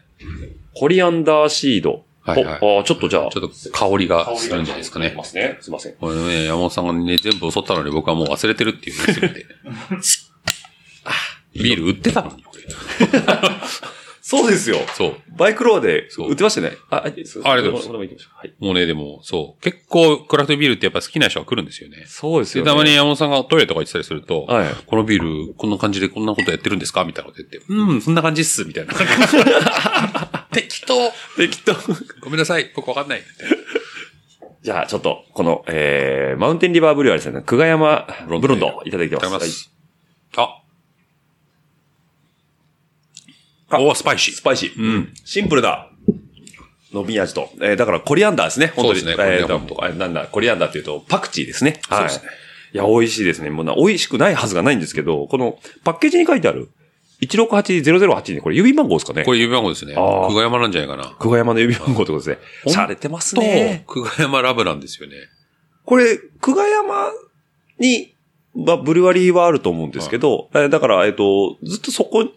Speaker 5: コリアンダーシード。
Speaker 4: はいはい
Speaker 5: おあーちょっとじゃあ、
Speaker 4: ちょっと香りがす
Speaker 6: 香
Speaker 4: る
Speaker 6: り
Speaker 4: んじ
Speaker 6: が
Speaker 4: ゃないですか
Speaker 5: い
Speaker 4: ね
Speaker 5: ま。すね。すいません。
Speaker 4: これね、山本さんがね、全部襲ったのに僕はもう忘れてるっていう メッセージで。あビール売ってたのに。
Speaker 5: そうですよ。
Speaker 4: そう。
Speaker 5: バイクロアで
Speaker 4: そう
Speaker 5: 売ってましたね。あ、あり
Speaker 4: ありがとうございます
Speaker 5: も行きましょうはい。
Speaker 4: もうね、でも、そう。結構、クラフトビールってやっぱ好きな人が来るんですよね。
Speaker 5: そうです
Speaker 4: で、
Speaker 5: よ、ね。
Speaker 4: たまに山本さんがトイレとか行ってたりすると、
Speaker 5: はい
Speaker 4: このビール、こんな感じでこんなことやってるんですかみたいなこと言って、うん、そんな感じっす、みたいな。適当
Speaker 5: 適当。
Speaker 4: ごめんなさい、僕わかんない。
Speaker 5: じゃあ、ちょっと、この、えー、マウンテンリバーブリュアですね、久我山ブロンド、いただいて
Speaker 4: いただき
Speaker 5: ま。
Speaker 4: ますす。あ。おースパイシ
Speaker 5: はいス
Speaker 4: ー。
Speaker 5: パイシー。
Speaker 4: うん。
Speaker 5: シンプルだ。伸び味と。えー、だからコリアンダーですね、本当に。
Speaker 4: そうですね
Speaker 5: えー
Speaker 4: コリアンダー
Speaker 5: だからあなんだ、コリアンダーっていうと、パクチーですね。はい。
Speaker 4: そうですね
Speaker 5: いや、美味しいですね。もうな、美味しくないはずがないんですけど、この、パッケージに書いてある、168008に、これ郵便番号ですかね
Speaker 4: これ指番号ですね。
Speaker 5: あー
Speaker 4: 久我山なんじゃないかな。
Speaker 5: 久我山の郵便番号ってことです
Speaker 4: ほ
Speaker 5: ね。
Speaker 4: ん
Speaker 5: されてます
Speaker 4: と、
Speaker 5: ね。
Speaker 4: 久我山ラブなんですよね。
Speaker 5: これ、久我山に、まあ、ブルワリーはあると思うんですけど、えーだから、えっ、と、ずっとそこ、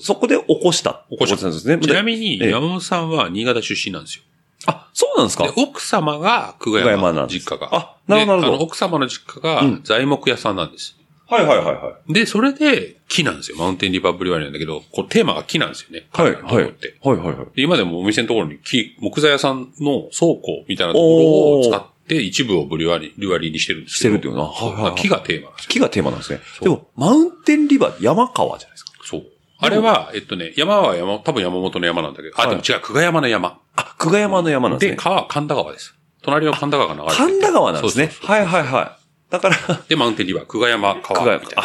Speaker 5: そこで起こした。
Speaker 4: 起こした
Speaker 5: なんですね。
Speaker 4: ちなみ
Speaker 5: え
Speaker 4: に、
Speaker 5: え
Speaker 4: 山本さんは新潟出身なんですよ。
Speaker 5: あ、そうなんですか
Speaker 4: で、奥様が久我
Speaker 5: 久我山な
Speaker 4: 山
Speaker 5: ん、です
Speaker 4: 実家が。
Speaker 5: あなるほどなる
Speaker 4: で
Speaker 5: ほど
Speaker 4: あの奥様の実家が
Speaker 5: うん
Speaker 4: 材木屋さんなんです。
Speaker 5: はいはいはいはい。
Speaker 4: で、それで木なんですよ。マウンテンリバーブリュワリーなんだけど、こうテーマが木なんですよね。
Speaker 5: はい
Speaker 4: 彼らのとこ
Speaker 5: は
Speaker 4: ろ
Speaker 5: い
Speaker 4: って。。
Speaker 5: はいはいはい。
Speaker 4: で今でもお店のところに木、木材屋さんの倉庫みたいなところを使って一部をブリュワリーブリュワリーにしてるんです
Speaker 5: し
Speaker 4: け
Speaker 5: て
Speaker 4: ど
Speaker 5: るっていうのは、はいはい、はい。
Speaker 4: 木がテーマなんですよ。
Speaker 5: 木がテーマなんですね。
Speaker 4: そう
Speaker 5: でも、マウンテンリバー、山川じゃないですか。
Speaker 4: そう。あれは、えっとね、山は山、多分山本の山なんだけど、あ、
Speaker 5: はい
Speaker 4: でも違う、久我山の山。
Speaker 5: あ、久我山の山なんです
Speaker 4: で、
Speaker 5: ね。
Speaker 4: 川は神田川です。隣の神田川が流れてて
Speaker 5: 神田川なんですね。
Speaker 4: そうそうそう
Speaker 5: はいはいはい。だから、
Speaker 4: で、マウンテンリバー、久我山
Speaker 5: 久
Speaker 4: 川み
Speaker 5: 我
Speaker 4: たいな。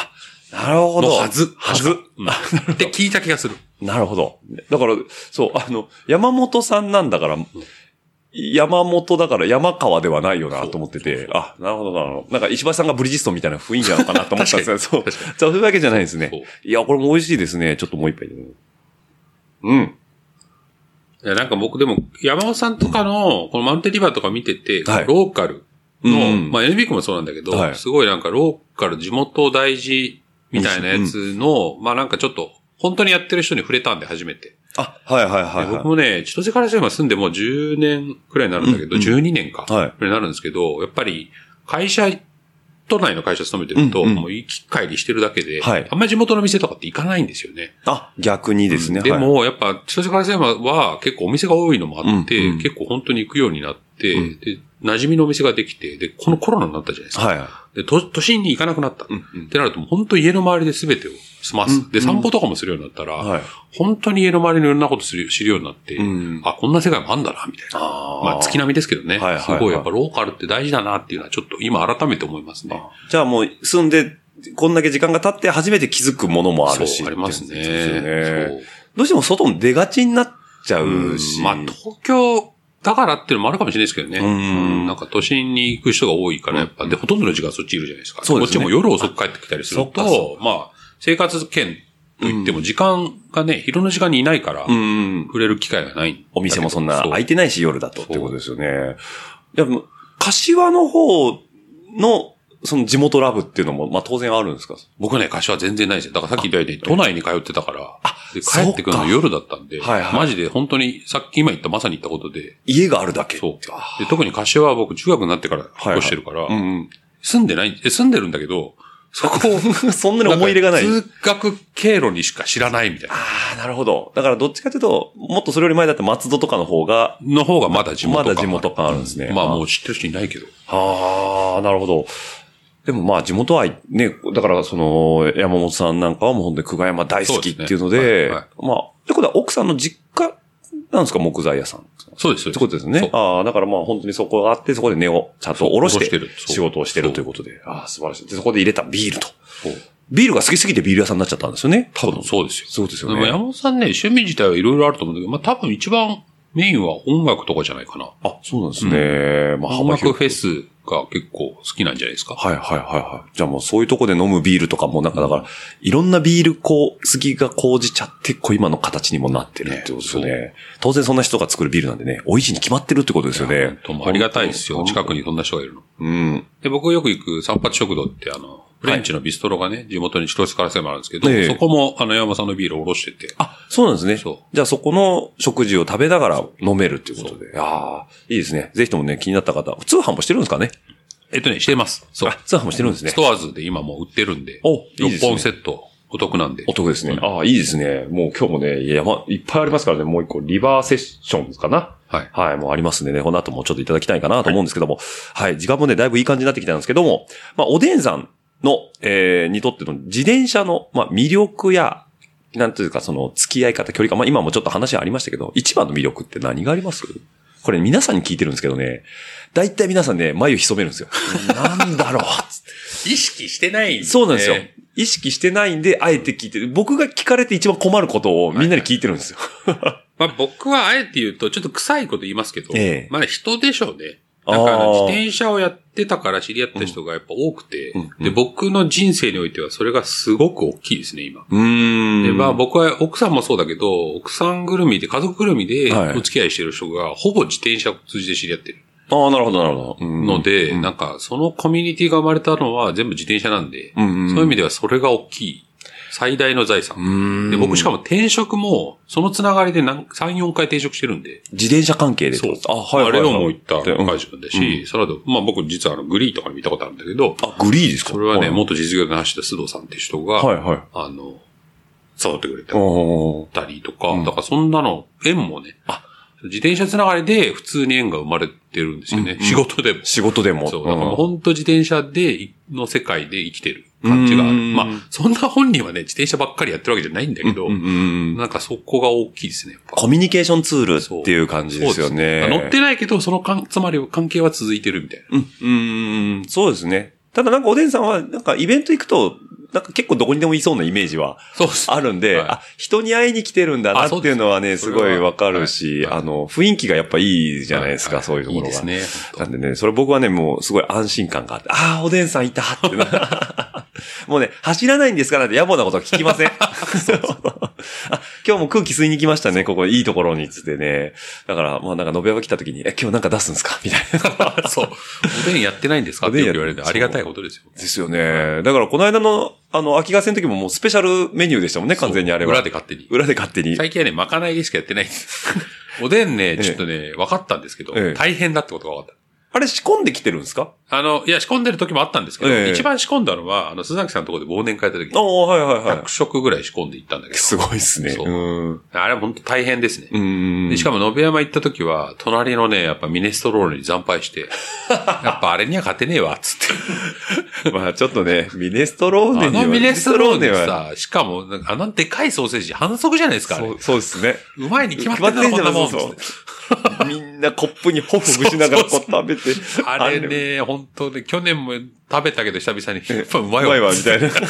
Speaker 5: あ、なるほど。
Speaker 4: のはず。
Speaker 5: はず。
Speaker 4: うんって聞いた気がする。
Speaker 5: なるほど。だから、そう、あの、山本さんなんだから、山本だから山川ではないよなと思ってて、あ、なるほどなるほど。なんか石橋さんがブリヂストンみたいな雰囲気なのかなと 思ったんですよ。そう。そういうわけじゃないですね
Speaker 4: そう。
Speaker 5: いや、これも美味しいですね。ちょっともう一杯で。うん。
Speaker 4: いや、なんか僕でも、山本さんとかの、このマウンテンリバーとか見てて、
Speaker 5: はい
Speaker 4: ローカルの、
Speaker 5: うん
Speaker 4: まあ NB 君もそうなんだけど、
Speaker 5: はい
Speaker 4: すごいなんかローカル、地元大事みたいなやつの、まあなんかちょっと、本当にやってる人に触れたんで初めて。
Speaker 5: あ、はいはいはい、
Speaker 4: で僕
Speaker 5: は
Speaker 4: もね、千歳から今住んでもう10年くらいになるんだけど、
Speaker 5: うんうん
Speaker 4: 12年か、
Speaker 5: はい
Speaker 4: くらいになるんですけど、やっぱり会社、都内の会社勤めてると、
Speaker 5: うんうん
Speaker 4: もう行き帰りしてるだけで、
Speaker 5: はい
Speaker 4: あんまり地元の店とかって行かないんですよね。
Speaker 5: い。あ、逆にですね。
Speaker 4: で
Speaker 5: はい、
Speaker 4: も、やっぱ、千歳から山は結構お店が多いのもあって、
Speaker 5: うんうん
Speaker 4: 結構本当に行くようになって、
Speaker 5: うん
Speaker 4: で、馴染みのお店ができて、で、このコロナになったじゃないですか。
Speaker 5: はいはい。
Speaker 4: で都、都心に行かなくなった。
Speaker 5: うんう
Speaker 4: っ
Speaker 5: ん。
Speaker 4: てなると、本当に家の周りで全てを済ます。
Speaker 5: うん
Speaker 4: で、散歩とかもするようになったら、
Speaker 5: はい。
Speaker 4: 本当に家の周りのいろんなことする知るようになって、
Speaker 5: うん
Speaker 4: あ、こんな世界もあんだな、みたいな。
Speaker 5: あー
Speaker 4: まあ、月並みですけどね。
Speaker 5: はいはいはい
Speaker 4: すごい、やっぱローカルって大事だなっていうのは、ちょっと今改めて思いますね。
Speaker 5: じゃあもう住んで、こんだけ時間が経って初めて気づくものもあるし。
Speaker 4: そうありますね。
Speaker 5: ですよね
Speaker 4: そう
Speaker 5: どうしても外に出がちになっちゃ
Speaker 4: う
Speaker 5: うんし。
Speaker 4: まあ、東京だからっていうのもあるかもしれないですけどね。
Speaker 5: うん
Speaker 4: なんか都心に行く人が多いから、やっぱ、で、ほとんどの時間そっちいるじゃないですか。
Speaker 5: そうですね
Speaker 4: こっちも夜遅く帰ってきたりする
Speaker 5: あそっかそ
Speaker 4: と、まあ、生活圏といっても時間がね、昼の時間にいないから、
Speaker 5: うん。
Speaker 4: 触れる機会がない。
Speaker 5: お店もそんな
Speaker 4: う
Speaker 5: 開いてないし夜だとってことですよね。でも、柏の方の、その地元ラブっていうのも、まあ当然あるんですか
Speaker 4: 僕ね、柏は全然ないですよ。だからさっき言ったように、都内に通ってたから、で
Speaker 5: そうか
Speaker 4: 帰ってくるの夜だったんで、
Speaker 5: はいはい
Speaker 4: マジで本当に、さっき今言った、まさに言ったことで、
Speaker 5: 家があるだけ。
Speaker 4: そう。で特に柏は僕中学になってから引っ越してるから、
Speaker 5: うん
Speaker 4: 住んでない、え住んでるんだけど、そこを
Speaker 5: うん。 そんなに思い入れがない。
Speaker 4: んか通学経路にしか知らないみたいな。
Speaker 5: ああ、なるほど。だからどっちかというと、もっとそれより前だった松戸とかの方が、
Speaker 4: の方がまだ地元
Speaker 5: ま
Speaker 4: 感
Speaker 5: だ地元感あるんですね。
Speaker 4: まあもう知ってる人いないけど。
Speaker 5: ああ、なるほど。でもまあ地元愛、ね、だからその山本さんなんかはもう本当に久我山大好きっていうので、
Speaker 4: そうですねはいは
Speaker 5: まあ、ってことは奥さんの実家なんですか木材屋さん。っ
Speaker 4: そうで
Speaker 5: て
Speaker 4: す。そうです
Speaker 5: ことですね。
Speaker 4: そう
Speaker 5: ああ、だからまあ本当にそこがあって、そこで根をちゃんと下ろし
Speaker 4: そう
Speaker 5: て
Speaker 4: 下ろしてるそう
Speaker 5: 仕事をしてるということで。ああ、素晴らしい。で、そこで入れたビールと。ビールが好きすぎてビール屋さんになっちゃったんですよね。多分。
Speaker 4: そうですよ。
Speaker 5: そうです
Speaker 4: で
Speaker 5: よ
Speaker 4: も山
Speaker 5: ね。
Speaker 4: 本さんね、趣味自体はいろいろあると思うんだけど、まあ多分一番メインは音楽とかじゃないかな。
Speaker 5: あ、そうなんですね。まあ
Speaker 4: 音
Speaker 5: 幅
Speaker 4: 楽
Speaker 5: 広い。
Speaker 4: フェスが結構好きなんじゃないですか。
Speaker 5: はいはいはいはい。じゃあもうそういうとこで飲むビールとかもなんかだから、いろんなビールこう、杉が講じちゃって、こう今の形にもなってるってことですよね。当然そんな人が作るビールなんでね、美味しいに決まってるってことですよね。
Speaker 4: 本当ありがたいですよ。近くにそんな人がいるの。
Speaker 5: うん。
Speaker 4: で、僕よく行く散髪食堂って、あの、フレンチのビストロがね、地元に千歳からせもあるんですけど、
Speaker 5: ええ
Speaker 4: そこも、あの、山本さんのビールをおろしてて、
Speaker 5: あ、そうなんですね
Speaker 4: そ。
Speaker 5: じゃあそこの食事を食べながら飲めるっていうことで。ああ、いいですね。ぜひともね、気になった方、通販もしてるんですかね
Speaker 4: えっとね、してます。そう
Speaker 5: あ。、通販もしてるんですね
Speaker 4: ス。トアーズで今もう売ってるんで、
Speaker 5: おいいですね
Speaker 4: 6本セット、お得なんで。
Speaker 5: お得ですね。ああ、いいですね。もう今日もね、山、いっぱいありますからね、もう一個、リバーセッションかな。
Speaker 4: はい。
Speaker 5: はい、もうありますんでね、この後もちょっといただきたいかなと思うんですけども、はい、時間もね、だいぶいい感じになってきたんですけども、まあ、おでんさんの、えー、にとっての自転車の、まあ、魅力や、なんというか、その、付き合い方、距離感、まあ、今もちょっと話ありましたけど、一番の魅力って何がありますこれ皆さんに聞いてるんですけどね、だいたい皆さんね、眉潜めるんですよ。なんだろうつって
Speaker 4: 意識してない、
Speaker 5: そうなんですよ。意識してないんで、あえて聞いてる。僕が聞かれて一番困ることをみんなに聞いてるんです よ。
Speaker 4: まあ僕はあえて言うと、ちょっと臭いこと言いますけど、
Speaker 5: ええ
Speaker 4: まあ人でしょうね。だから
Speaker 5: あー
Speaker 4: 自転車をやってたから知り合った人がやっぱ多くて、
Speaker 5: うんうん
Speaker 4: で、僕の人生においてはそれがすごく大きいですね、今。
Speaker 5: うーん
Speaker 4: で、まあ僕は奥さんもそうだけど、奥さんぐるみで、家族ぐるみで
Speaker 5: はい
Speaker 4: お付き合いしてる人が、ほぼ自転車を通じて知り合ってる
Speaker 5: ああ、なるほど、なるほど。
Speaker 4: ので、
Speaker 5: うん
Speaker 4: なんかそのコミュニティが生まれたのは全部自転車なんで、
Speaker 5: うんうん
Speaker 4: そういう意味ではそれが大きい、最大の財産。
Speaker 5: うん
Speaker 4: で、僕しかも転職も、そのつながりでなん3、4回転職してるんで、
Speaker 5: 自転車関係でってこと。あ、はい、は
Speaker 4: あ
Speaker 5: い。
Speaker 4: レオンも
Speaker 5: はい
Speaker 4: 行った
Speaker 5: うん
Speaker 4: 会社だし、その後、まあ僕実はあのグリーとかに見たことあるんだけど、
Speaker 5: あ、グリーですか
Speaker 4: それはね、
Speaker 5: も
Speaker 4: 元実業家の走った須藤さんって人が、
Speaker 5: はい、はい。
Speaker 4: あの、触ってくれ
Speaker 5: あ
Speaker 4: た
Speaker 5: ー
Speaker 4: りとか、
Speaker 5: うん
Speaker 4: だからそんなの、縁もね、自転車つながりで普通に縁が生まれてるんですよね。
Speaker 5: うん
Speaker 4: 仕事でも。
Speaker 5: 仕事でも。
Speaker 4: そう。だから
Speaker 5: うん
Speaker 4: 本当自転車で、の世界で生きてる感じがある。
Speaker 5: うん
Speaker 4: まあ、そんな本人はね、自転車ばっかりやってるわけじゃないんだけど、
Speaker 5: うんうんうん
Speaker 4: なんかそこが大きいですね、やっぱ
Speaker 5: コミュニケーションツールっていう感じですよね。
Speaker 4: 乗ってないけど、そのかん、つまり関係は続いてるみたいな。
Speaker 5: うん、うん、そうですね。ただなんかおでんさんは、なんかイベント行くと、なんか結構どこにでもいそうなイメージは
Speaker 4: そうっす
Speaker 5: あるんで、
Speaker 4: はい
Speaker 5: あ、人に会いに来てるんだな
Speaker 4: あ
Speaker 5: って
Speaker 4: そう
Speaker 5: い
Speaker 4: です
Speaker 5: うのはね、すごいわかるし、
Speaker 4: それはは
Speaker 5: あの、雰囲気がやっぱいいじゃないですか、
Speaker 4: は
Speaker 5: そういうところが。
Speaker 4: いいですね。本当
Speaker 5: なんでね、それ僕はね、もうすごい安心感があって、ああ、おでんさんいたって な。もうね、走らないんですかなんて野暮なことは聞きません。あ今日も空気吸いに来ましたね、ここいいところに、つってね。だから、まあなんか、延べが来た時に、え、今日なんか出すんですかみたいな。
Speaker 4: そう。おでんやってないんですか
Speaker 5: お
Speaker 4: って
Speaker 5: でんや
Speaker 4: よ
Speaker 5: っ
Speaker 4: く言われて、ありがたいことですよ。
Speaker 5: ですよね。だから、この間の、あの、秋川戦の時ももうスペシャルメニューでしたもんね、完全にあれは。
Speaker 4: 裏で勝手に。
Speaker 5: 裏で勝手に。
Speaker 4: 最近はね、まかないでしかやってない んです。おでんね、ちょっとね、分かったんですけど
Speaker 5: ええ、
Speaker 4: 大変だってことが分かっ
Speaker 5: あれ仕込んできてるんですか
Speaker 4: た。あの、いや、仕込んでる時もあったんですけ
Speaker 5: え
Speaker 4: ど、
Speaker 5: え
Speaker 4: 一番仕込んだのは、あの、鈴木さんのところで忘年会やった時
Speaker 5: あ、あ、はいはいは
Speaker 4: 100食ぐらい仕込んでいったんだけ
Speaker 5: い。すごいですね。
Speaker 4: そう
Speaker 5: うん。
Speaker 4: ど、あれは本当大変ですね。
Speaker 5: うん
Speaker 4: でしかも、野辺山行った時は、隣のね、やっぱミネストローネに惨敗 して、やっぱあれには勝てねえわ、つって。
Speaker 5: まあちょっとね、ミネストローネ
Speaker 4: あ
Speaker 5: には
Speaker 4: のミネストローネ
Speaker 5: ミネスト
Speaker 4: さ、しかも、なんかあのでかいソーセージ反則じゃないですか、あれ
Speaker 5: そうそうですね。
Speaker 4: うまいに決まってんだろ、こんなもん。
Speaker 5: 決まってんじゃないそ
Speaker 4: つっ
Speaker 5: うそうみんなコップにホフホフしながらこう食べて。
Speaker 4: てあれね、本当ね、去年も食べたけど久々に、やっぱう
Speaker 5: あ
Speaker 4: ま
Speaker 5: れ。
Speaker 4: いう
Speaker 5: ま
Speaker 4: わ。
Speaker 5: いわ、みたいな。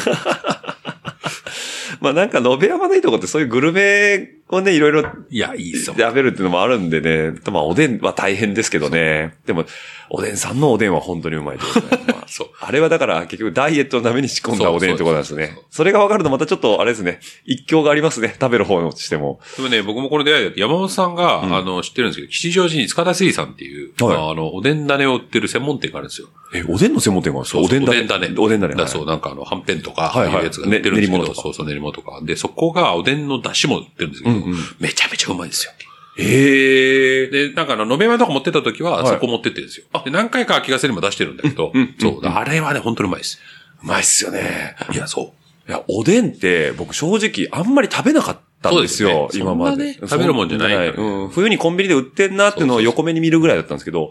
Speaker 5: まあなんか、延山のいいとこってそういうグルメをね、いろいろ
Speaker 4: いや、いいっすよ。
Speaker 5: 食べるっていうのもあるんでね。まあおでんは大変ですけどね。でも、おでんさんのおでんは本当にうまいと思います。まあ
Speaker 4: そう。
Speaker 5: あれはだから結局ダイエットのために仕込んだおでんってことなんです
Speaker 4: そうそう
Speaker 5: ね
Speaker 4: そう。
Speaker 5: それが分かるとまたちょっとあれですね、一興がありますね。食べる方としても。
Speaker 4: でもね、僕もこの出会いだと、山本さんが、
Speaker 5: ん
Speaker 4: あの、知ってるんですけど、吉祥寺に塚田水産っていう、
Speaker 5: はい
Speaker 4: まああの、おでん種を売ってる専門店があるんですよ。
Speaker 5: え、おでんの専門店があるんですか
Speaker 4: そう
Speaker 5: おでんだね。
Speaker 4: おでんだね。
Speaker 5: おでんだね。
Speaker 4: だそ
Speaker 5: は
Speaker 4: う、なんかあの、はんぺんとか、
Speaker 5: はいはい
Speaker 4: いうやつが売ってるんで
Speaker 5: ね練
Speaker 4: すけ
Speaker 5: り物
Speaker 4: ど、
Speaker 5: とか
Speaker 4: そうそう、練り物とか。で、そこがおでんの出汁も売ってるんですけど
Speaker 5: うんうん、
Speaker 4: めちゃめちゃうまいんですよ。
Speaker 5: いへえ。
Speaker 4: で、なんかあの、飲め前とか持ってった時は、
Speaker 5: はい
Speaker 4: そこ持ってってるんですよ。で、何回か秋がせにも出してるんだけど、そう、あれはね、本当にうまいです。
Speaker 5: うまいっすよね。
Speaker 4: いや、そう。
Speaker 5: いや、おでんって、僕正直あんまり食べなかったんですよ、
Speaker 4: そうですよね
Speaker 5: 今ま
Speaker 4: そんな
Speaker 5: で。
Speaker 4: ね食べるもんじゃないからね
Speaker 5: うん。冬にコンビニで売ってんなっていうのを横目に見るぐらいだったんですけど、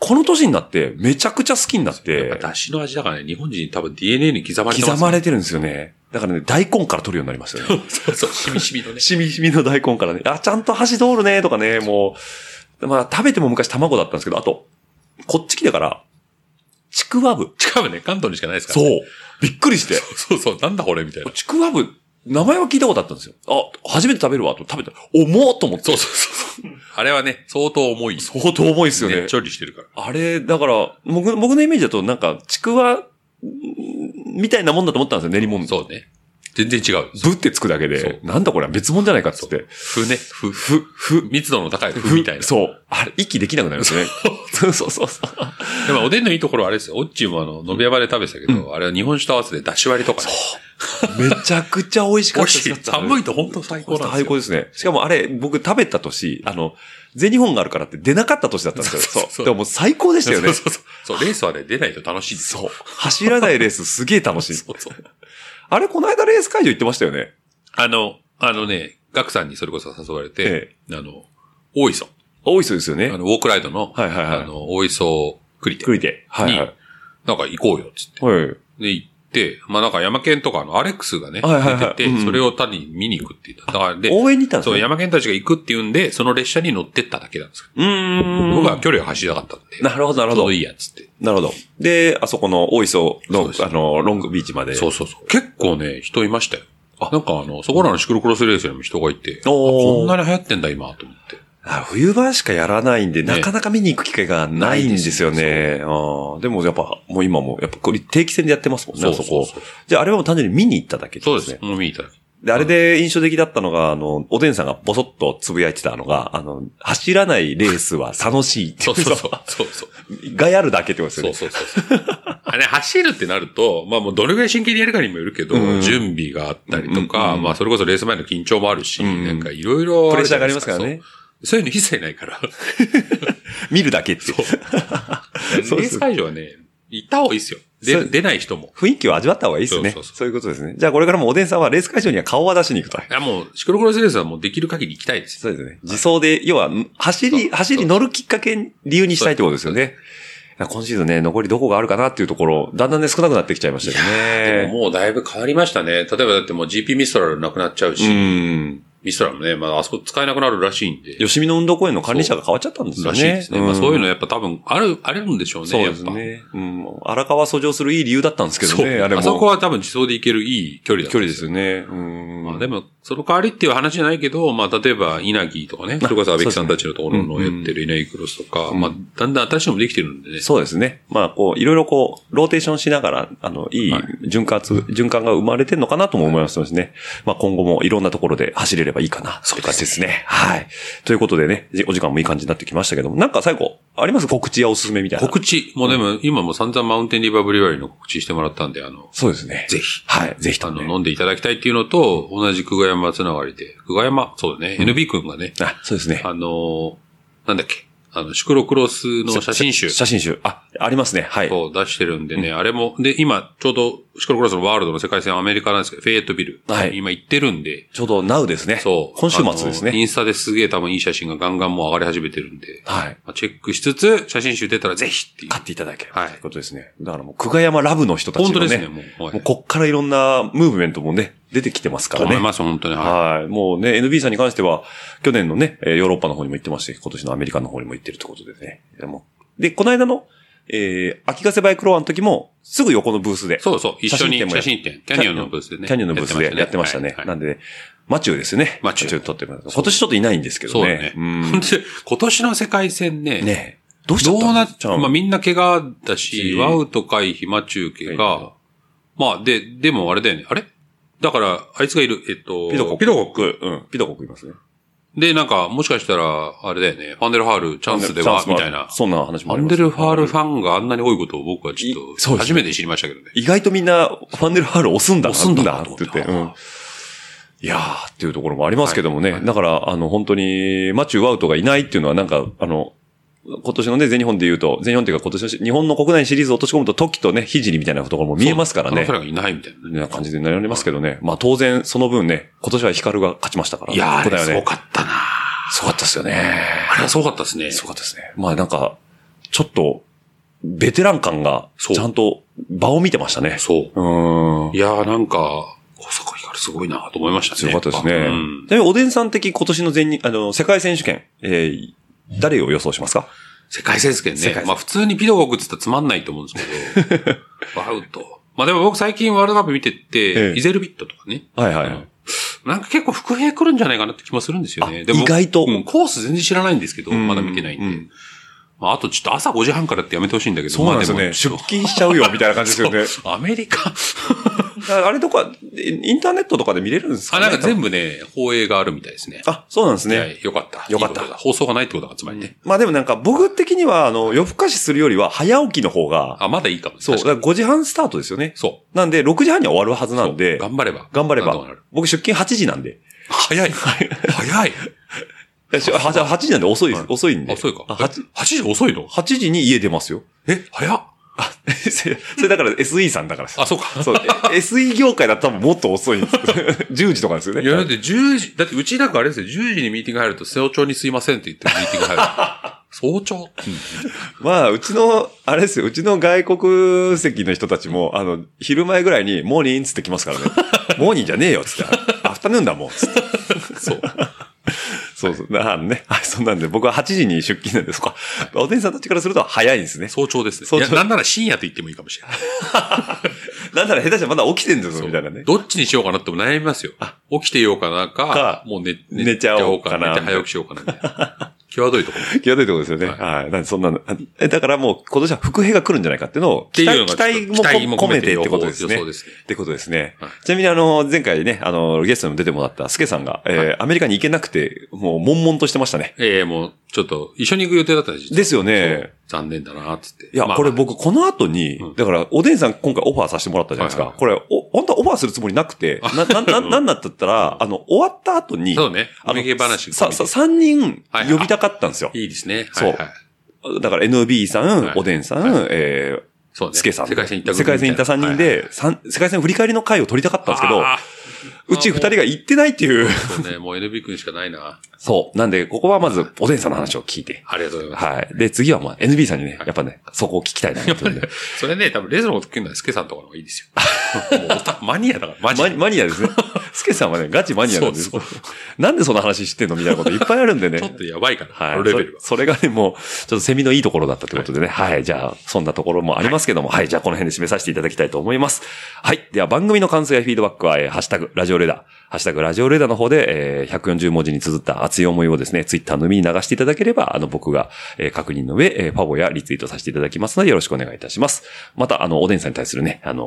Speaker 5: この年になってめちゃくちゃ好きになっ、
Speaker 4: やってぱ出汁の味だからね、日本人多分 DNA に刻まれてます、
Speaker 5: 刻まれてるんですよね。だからね、大根から取るようになりましたよね。
Speaker 4: そうそう、しみしみのね。
Speaker 5: しみしみの大根からね。あ、ちゃんと箸通るね、とかね、もう。まあ、食べても昔卵だったんですけど、あと、こっち来てから、ちくわぶ。
Speaker 4: しかもね、関東にしかないですから、
Speaker 5: そ
Speaker 4: ね。
Speaker 5: う。びっくりして。
Speaker 4: そうそう、なんだこれみたいな。
Speaker 5: ちくわぶ、名前は聞いたことあったんですよ。あ、初めて食べるわ、と食べたら。重っと思って。
Speaker 4: そうそうそうそう。あれはね、相当重い。
Speaker 5: 相当重いですよね。
Speaker 4: ね調理してるから。
Speaker 5: あれ、だから、僕僕のイメージだと、なんか、ちくわ、んみたいなもんだと思ったんですよ、練り物。
Speaker 4: そうね。全然違う。
Speaker 5: ぶってつくだけ
Speaker 4: そう
Speaker 5: で、なんだこれは別物じゃないかっつって。
Speaker 4: ふね、ふ、ふ、ふ、密度の高いふみたいな。
Speaker 5: そう。あれ、息できなくなりますね。そうそうそうそう。
Speaker 4: でもおでんのいいところはあれですよ。オッチーもあの、飲み屋場で食べてたけど、あれは日本酒と合わせて出汁割りとかね。
Speaker 5: めちゃくちゃ美味しかっ
Speaker 4: 美
Speaker 5: た
Speaker 4: 味
Speaker 5: です
Speaker 4: しい。寒いと本当最高なんです
Speaker 5: 最
Speaker 4: よ。
Speaker 5: 高ですね。しかもあれ、僕食べた年、あの、全日本があるからって出なかった年だったんですよ。
Speaker 4: そうそうそう
Speaker 5: そう。でももう最高でしたよね。
Speaker 4: そうそうそう。そう、レースはね、出ないと楽しいんですよ。
Speaker 5: そう。走らないレースすげえ楽しい。
Speaker 4: そうそう。
Speaker 5: あれ、この間レース会場行ってましたよね。
Speaker 4: あの、あのね、ガクさんにそれこそ誘われて、あの、大磯。
Speaker 5: 大磯ですよ
Speaker 4: あ
Speaker 5: ね。
Speaker 4: の、ウォークライドの、
Speaker 5: はいはいはい
Speaker 4: あの、大磯栗店。
Speaker 5: 栗で。はいは
Speaker 4: に
Speaker 5: い。
Speaker 4: なんか行こうよ、つって。
Speaker 5: はい。
Speaker 4: で、行って、まあなんか山県とかのアレックスがね、
Speaker 5: はいはいはい
Speaker 4: 出てて、
Speaker 5: うんうん
Speaker 4: それを単に見に行くって言った。だからで、
Speaker 5: 応援に行ったんです
Speaker 4: そう、
Speaker 5: ね
Speaker 4: 山県たちが行くって言うんで、その列車に乗ってっただけなんですけど、
Speaker 5: うーん。
Speaker 4: 僕は距離を走りたかったんで、
Speaker 5: なるほど、なるほ
Speaker 4: ちょう
Speaker 5: ど
Speaker 4: どい。いや、つって。
Speaker 5: なるほど。で、あそこの大磯
Speaker 4: そう
Speaker 5: の
Speaker 4: です、
Speaker 5: あの、ロングビーチまで。
Speaker 4: そうそうそう。結構ね、人いましたよ。あ、なんかあの、そこらのシクロクロスレースにも人がいて、あこ
Speaker 5: お
Speaker 4: ん
Speaker 5: ー
Speaker 4: なに流行ってんだ、今、と思って。
Speaker 5: あ冬場しかやらないんで、なかなか見に行く機会がないんですよ
Speaker 4: ない
Speaker 5: ね。あーでもやっぱ、もう今も、やっぱこれ定期戦でやってますもんね、あそこ。
Speaker 4: そう
Speaker 5: じゃああれはもう単純に見に行っただけ
Speaker 4: そう
Speaker 5: で
Speaker 4: ですす
Speaker 5: ね
Speaker 4: ね。。もう見に行っただけ
Speaker 5: で、あれで印象的だったのが、あの、おでんさんがぼそっとつぶやいてたのが、あの、走らないレースは楽しいって。
Speaker 4: そう そうそう。そうそう。
Speaker 5: がやるだけってことです
Speaker 4: そ
Speaker 5: よ
Speaker 4: う
Speaker 5: ね。
Speaker 4: そうそうそう。あれ、走るってなると、まあもうどれぐらい真剣にやるかにもよるけど、
Speaker 5: うん
Speaker 4: 準備があったりとか、まあそれこそレース前の緊張もあるし、
Speaker 5: ん
Speaker 4: なんかいろいろ。
Speaker 5: プレッシャーがありますからね
Speaker 4: そう。そういうの一切ない から。
Speaker 5: 見るだけって。
Speaker 4: レ
Speaker 5: そうで
Speaker 4: ー
Speaker 5: す
Speaker 4: ス会場はね、行った方がいいですよ。
Speaker 5: そ
Speaker 4: で、
Speaker 5: う
Speaker 4: 出ない人も。
Speaker 5: 雰囲気を味わった方がいいですね。
Speaker 4: そうそうそう
Speaker 5: いうことですね。じゃあこれからもおでんさんはレース会場には顔は出しに行くと。
Speaker 4: いや、もう、シクロクロスレースはもうできる限り行きたいですよ。
Speaker 5: そうですね。自走で、要は、走
Speaker 4: そ
Speaker 5: り、
Speaker 4: う
Speaker 5: 走り乗るきっかけ、理由にしたいってことですよね。今シーズンね、残りどこがあるかなっていうところ、だんだんね、少なくなってきちゃいましたよ
Speaker 4: で
Speaker 5: ね。
Speaker 4: ももうだいぶ変わりましたね。例えばだってもう GP ミストラルなくなっちゃうし、
Speaker 5: うん。
Speaker 4: ミストラルもね、まああそこ使えなくなるらしいんで。
Speaker 5: 吉見の運動公園の管理者が変わっちゃったんですよ
Speaker 4: ら
Speaker 5: ね。
Speaker 4: しいですね。まあそういうの
Speaker 5: ね。
Speaker 4: やっぱ多分、ある、あるんでしょうね。
Speaker 5: そうです
Speaker 4: やっぱ
Speaker 5: ね。うん。荒川訴状するいい理由だったんですけど
Speaker 4: そう。
Speaker 5: ね、あれも。
Speaker 4: あそこは多分自走で行けるいい距離だった
Speaker 5: 距離ですよね。うん。
Speaker 4: まあでも、その代わりっていう話じゃないけど、まあ例えば稲城とかね、それこそ安倍木さんたちのところのやってる稲城クロスとか、
Speaker 5: ん
Speaker 4: まあだんだん新しいのもできてるんでね。
Speaker 5: そうですね。まあ、こう、いろいろこう、ローテーションしながら、あの、いい
Speaker 4: はい
Speaker 5: 循環つ、循環が生まれてるのかなとも思いますね。まあ、今後もいろんなところで走れればいいかな、そういう感じですね。はい。ということでね、じお時間もいい感じになってきましたけども、なんか最後、あります告知やおすすめみたいな。
Speaker 4: 告知、もうでも今もう散々マウンテンリバーブリュワリーの告知してもらったんで、あの、
Speaker 5: そうですね。
Speaker 4: ぜひ。
Speaker 5: はい、ぜひ
Speaker 4: あ
Speaker 5: と、
Speaker 4: の、
Speaker 5: ね。
Speaker 4: 飲んでいただきたいっていうのと、同じ久我山つながりで、久我山、そうだね、NB 君がね、
Speaker 5: あ、そうですね。
Speaker 4: あの、なんだっけ、あの、シクロクロスの写真集。
Speaker 5: 写真集。あ、ありますね。はい。
Speaker 4: を出してるんでね、あれも、で、今、ちょうど、シクロクロスのワールドの世界戦アメリカなんですけど、フェイエットビル。
Speaker 5: はい
Speaker 4: 今行ってるんで、
Speaker 5: ちょうど NOW ですね。
Speaker 4: そう。
Speaker 5: 今週末です
Speaker 4: あのイ
Speaker 5: ね。
Speaker 4: ンスタですげえ多分いい写真がガンガンもう上がり始めてるんで、
Speaker 5: はい。
Speaker 4: まあチェックしつつ、写真集出たらぜひっていう。
Speaker 5: 買っていただければ
Speaker 4: はい
Speaker 5: ということですね。だからもう、久我山ラブの人たちも
Speaker 4: 本
Speaker 5: ね。
Speaker 4: 当ですね、もう。はい
Speaker 5: もうこっからいろんなムーブメントもね、出てきてますから
Speaker 4: と思
Speaker 5: ね
Speaker 4: い。ます、本当に。は
Speaker 5: はい。もうね、NB さんに関しては、去年のね、えーヨーロッパの方にも行ってまして、今年のアメリカの方にも行ってるってことでね。でもで、この間の、えー、秋ヶ瀬バイクロアの時も、すぐ横のブースで
Speaker 4: い。、そうそう、一緒
Speaker 5: 写真
Speaker 4: に
Speaker 5: 展もや
Speaker 4: 写真展、キャニオンのブースでね。
Speaker 5: キャニオンのブースでやってましたね。
Speaker 4: はい
Speaker 5: なんでね、マチューですね。
Speaker 4: マチュー
Speaker 5: 撮ってます。今年ちょっといないんですけど
Speaker 4: そうだ
Speaker 5: ね
Speaker 4: ね。。
Speaker 5: ん
Speaker 4: 本当に今年の世界戦ね、
Speaker 5: ねどうしちゃ
Speaker 4: ど
Speaker 5: っ
Speaker 4: う
Speaker 5: たの
Speaker 4: なっちゃうまあみんな怪我だし、
Speaker 5: し
Speaker 4: ワウと回避、マチューケが、まあで、でもあれだよね。あれだから、あいつがいる、えっと、
Speaker 5: ピドコック。
Speaker 4: ピドコッ
Speaker 5: ク。
Speaker 4: ク。
Speaker 5: うん。ピドコックいますね。
Speaker 4: で、なんか、もしかしたら、あれだよね。ファンデルハールチャンスで
Speaker 5: チャン
Speaker 4: は
Speaker 5: ス、も
Speaker 4: み
Speaker 5: ある
Speaker 4: たいな。フ
Speaker 5: そんな話もあ
Speaker 4: ァ
Speaker 5: り
Speaker 4: ン
Speaker 5: ます
Speaker 4: デルハールファンがあんなに多いことを僕はちょ
Speaker 5: い
Speaker 4: っ
Speaker 5: そう
Speaker 4: と、
Speaker 5: ですね
Speaker 4: 初めて知りましたけどね。
Speaker 5: 意外とみんな、ファンデルハール押すんだな。
Speaker 4: 押すんだな
Speaker 5: って言って。うんいやーっていうところもありますけどもね。
Speaker 4: はい
Speaker 5: だから、あの、本当に、マチュー・ワウトがいないっていうのはなんか、あの、今年のね、全日本で言うと、全日本っていうか今年のし日本の国内シリーズを落とし込むと、トキとね、ヒジリみたいなところも見えますからね
Speaker 4: そ。の彼がいないみたいな。
Speaker 5: な感じでなりますけどね。まあ当然、その分ね、今年はヒカルが勝ちましたから。
Speaker 4: いやー、あ
Speaker 5: ここ
Speaker 4: れ
Speaker 5: だよ
Speaker 4: すご
Speaker 5: ね。
Speaker 4: かったな
Speaker 5: すごかったですよね。
Speaker 4: あれはすごかったですね。
Speaker 5: すごかったですね。まあなんか、ちょっと、ベテラン感が、
Speaker 4: そう
Speaker 5: ちゃんと場を見てましたね。
Speaker 4: そう。
Speaker 5: うーん。
Speaker 4: いやー、なんか、小坂ひかるすごいなと思いましたね。
Speaker 5: 強かったですね。
Speaker 4: やっぱうん
Speaker 5: ちなみに、おでんさん的今年の全日、あの、世界選手権、えー誰を予想しますか
Speaker 4: 世界選手権
Speaker 5: 世界選
Speaker 4: ね
Speaker 5: 手。権
Speaker 4: まあ普通にピドゴックって言ったらつまんないと思うんで すけど、ワウと。まあでも僕最近ワールドカップ見てって、
Speaker 5: ええ
Speaker 4: イゼルビットとかね。
Speaker 5: はいはい。
Speaker 4: なんか結構伏兵来るんじゃないかなって気もするんですよ
Speaker 5: あ
Speaker 4: ね。でも
Speaker 5: 意外と
Speaker 4: うんコース全然知らないんですけど、
Speaker 5: うん
Speaker 4: まだ見てないんで。
Speaker 5: うん
Speaker 4: まああとちょっと朝5時半からってやめてほしいんだけど、
Speaker 5: そうなんですよ
Speaker 4: まあ
Speaker 5: ね。
Speaker 4: で
Speaker 5: 出
Speaker 4: も
Speaker 5: 勤しちゃうよ、みたいな感じですよね。
Speaker 4: そうアメリカ。
Speaker 5: ああれとか、インターネットとかで見れるんですか、
Speaker 4: あ、
Speaker 5: ね、
Speaker 4: なんか全部ね、放映があるみたいですね。
Speaker 5: あ、そうなんです
Speaker 4: い
Speaker 5: ね。
Speaker 4: やよかった。
Speaker 5: よかった
Speaker 4: いいことだ放送がないってことがつまりね。
Speaker 5: まあでもなんか、僕的には、あの、夜更かしするよりは、早起きの方が、
Speaker 4: あ、まだいいかもね。
Speaker 5: そう、だ
Speaker 4: 確
Speaker 5: か
Speaker 4: から
Speaker 5: 5時半スタートですよね
Speaker 4: に。。そ
Speaker 5: なんで、6時半には終わるはず
Speaker 4: う。
Speaker 5: なんで、
Speaker 4: 頑張れば。
Speaker 5: 頑張れ
Speaker 4: なんとかな
Speaker 5: ば
Speaker 4: る。
Speaker 5: 僕出勤8時なんで。
Speaker 4: 早い。早い。
Speaker 5: えしはじゃあ8時なんで遅いです、
Speaker 4: はい
Speaker 5: 遅いんで。
Speaker 4: 遅いか。
Speaker 5: あ8
Speaker 4: 8時遅いの
Speaker 5: 8時に家出ますよ。
Speaker 4: え、早っ。
Speaker 5: それそれだから SE さんだからです
Speaker 4: あ、そうか。
Speaker 5: そう、 え SE 業界だったら多分もっと遅いん です10時とかですよね。
Speaker 4: いや、だって10時、だってうちなんかあれですよ、10時にミーティング入ると、早朝にすいませんって言ってミーティング入る。早朝
Speaker 5: まあ、うちの、あれですよ、うちの外国籍の人たちも、あの、昼前ぐらいに、モーニンっつってきますか らね。モーニンじゃねえよっつって、アフタヌーンだもんっつって。
Speaker 4: そう。
Speaker 5: そうそう。なあのね。はい、そんなんで、僕は8時に出勤なんですか。お天さんたちからすると早いんですね。
Speaker 4: 早朝ですね。
Speaker 5: 早
Speaker 4: い
Speaker 5: 朝
Speaker 4: や、なんなら深夜と言ってもいいかもしれない。
Speaker 5: なんなら下手したらまだ起きてんですよ、みたいなね。
Speaker 4: どっちにしようかなっても悩みますよ。起きてようかなか、
Speaker 5: か
Speaker 4: もう寝、
Speaker 5: 寝ちゃおうかな
Speaker 4: 寝て早起きしよ うかなみたいな。際どいところ。っ
Speaker 5: 際どいところですよね。はい。なんでそんなの。あえだからもう今年は伏兵が来るんじゃないかっていうのを期
Speaker 4: ていう
Speaker 5: 待
Speaker 4: のが
Speaker 5: 期待もこ
Speaker 4: 期待も込
Speaker 5: 込
Speaker 4: め
Speaker 5: め
Speaker 4: て
Speaker 5: て
Speaker 4: 予
Speaker 5: っ
Speaker 4: 報
Speaker 5: てことですね。
Speaker 4: 予想ですね
Speaker 5: ってことですね。
Speaker 4: はい
Speaker 5: ちなみにあの、前回ね、あの、ゲストにも出てもらったスケさんが、えーアメリカに行けなくて、もう悶々としてましたね。
Speaker 4: ええもう、ちょっと、一緒に行く予定だったんです
Speaker 5: ですよね。
Speaker 4: 残念だな、つって。
Speaker 5: いや、
Speaker 4: まあ
Speaker 5: これ、僕、この後に、だから、おでんさん今回オファーさせてもらったじゃないですか。
Speaker 4: はいは
Speaker 5: これ、お、本当はオファーするつもりなく て、な、な、な、なんだったら、あの、終わった後に、
Speaker 4: そうね。
Speaker 5: あ
Speaker 4: お
Speaker 5: の
Speaker 4: めげ話
Speaker 5: さ、さ、
Speaker 4: 込み
Speaker 5: 3人呼びたかったんですよ。
Speaker 4: でいいですね。
Speaker 5: そう
Speaker 4: はいはい。
Speaker 5: だから NB さん、
Speaker 4: はい
Speaker 5: おでんさん、
Speaker 4: はい
Speaker 5: え
Speaker 4: そうね。
Speaker 5: ー、スケさん。
Speaker 4: 世界線行った
Speaker 5: 世界線行った3人で、三世界線振り返りの回を取りたかったん
Speaker 4: で
Speaker 5: ですけど、うち2人が行ってないっていう。
Speaker 4: そ うね、もう NB 君しかないな。
Speaker 5: そう。なんで、ここはまず、おでんさんの話を聞いて。
Speaker 4: ありがとうございます。
Speaker 5: はい。で、次はまあ NB さんにね
Speaker 4: は、い
Speaker 5: やっぱね、そこを聞きたいなと思ってるんで。
Speaker 4: それね、多分レズのこと聞くのはスケさんとかの方がいいですよ。 もうオタマニアだから、 マジ
Speaker 5: マニマニアです ね。スケさんはね、ガチマニアなんです
Speaker 4: そう
Speaker 5: なんでその話知ってんのみたいなこといっぱいあるんでね。
Speaker 4: ちょっとやばいから、
Speaker 5: は
Speaker 4: あの
Speaker 5: い。
Speaker 4: レベルが。
Speaker 5: そそれがね、もう、ちょっとセミのいいところだったということでね。はい。じゃあ、そんなところもありますけども、はい、じゃあ、この辺で締めさせていただきたいと思います。はい。では、番組の感想やフィードバックは、えーハッシュタグ、ラジオレーダー。ハッシュタグ、ラジオレーダーの方で、えー140文字に綴った熱い思いをですね、ツイッターのみに流していただければ、あの、僕が、えー確認の上、えーファボやリツイートさせていただきますので、よろしくお願いいたします。また、あの、おでんさんに対するね、あの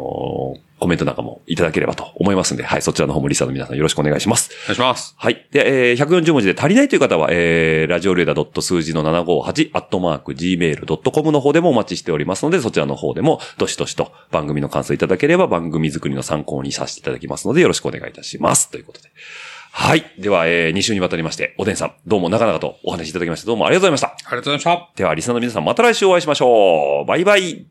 Speaker 5: ーコメントなんかもいただければと思いますんで、はい、そちらの方もリサの皆さんよろしくお願いします。
Speaker 4: お願いします。
Speaker 5: はい。で、えー、140文字で足りないという方は、えー、ラジオレーダー数字の758、アットマーク、gmail.com の方でもお待ちしておりますので、そちらの方でも、どしどしと番組の感想いただければ、番組作りの参考にさせていただきますので、よろしくお願いいたします。ということで。はい。では、えー、2週にわたりまして、おでんさん、どうも長々とお話しいただきまして、どうもありがとうございました。
Speaker 4: ありがとうございました。
Speaker 5: では、リスナーの皆さん、また来週お会いしましょう。バイバイ。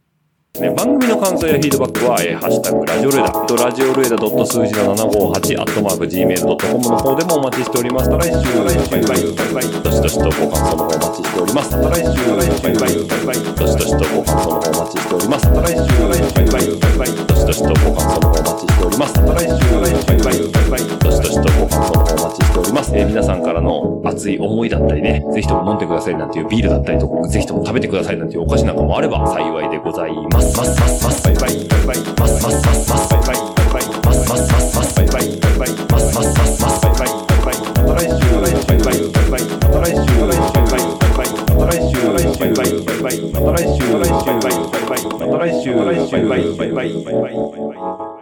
Speaker 5: ね、番組の感想やフィードバックは、えーハッシュタグ、ラジオルエダ、えっとラジオルエダ数字の758、アットマーク、gmail.com の方でもお待ちしております。また来週、バイバイ、バイバイ、どしどしとご感想の方お待ちしております。また来週、バイバイ、バイバイ、どしどしとご感想の方お待ちしております。また来週、バイバイ、バイバイ、どしどしとご感想の方お待ちしております。また来週、バイバイ、バイバイ、どしどしとご感想の方お待ちしております。えー皆さんからの熱い思いだったりね、ぜひとも飲んでくださいなんていうビールだったりとか、ぜひとも食べてくださいなんていうお菓子なんかもあれば幸いでございます。ますますますバイバイバイバイますますますますバイバイバイバイますますますますバイバイバイバイますますますますバイバイバイバイまた来週バイバイバイバイまた来週バイバイバイバイまた来週バイバイバイバイまた来週バイバイバイバイまた来週バイバイバイバイバイ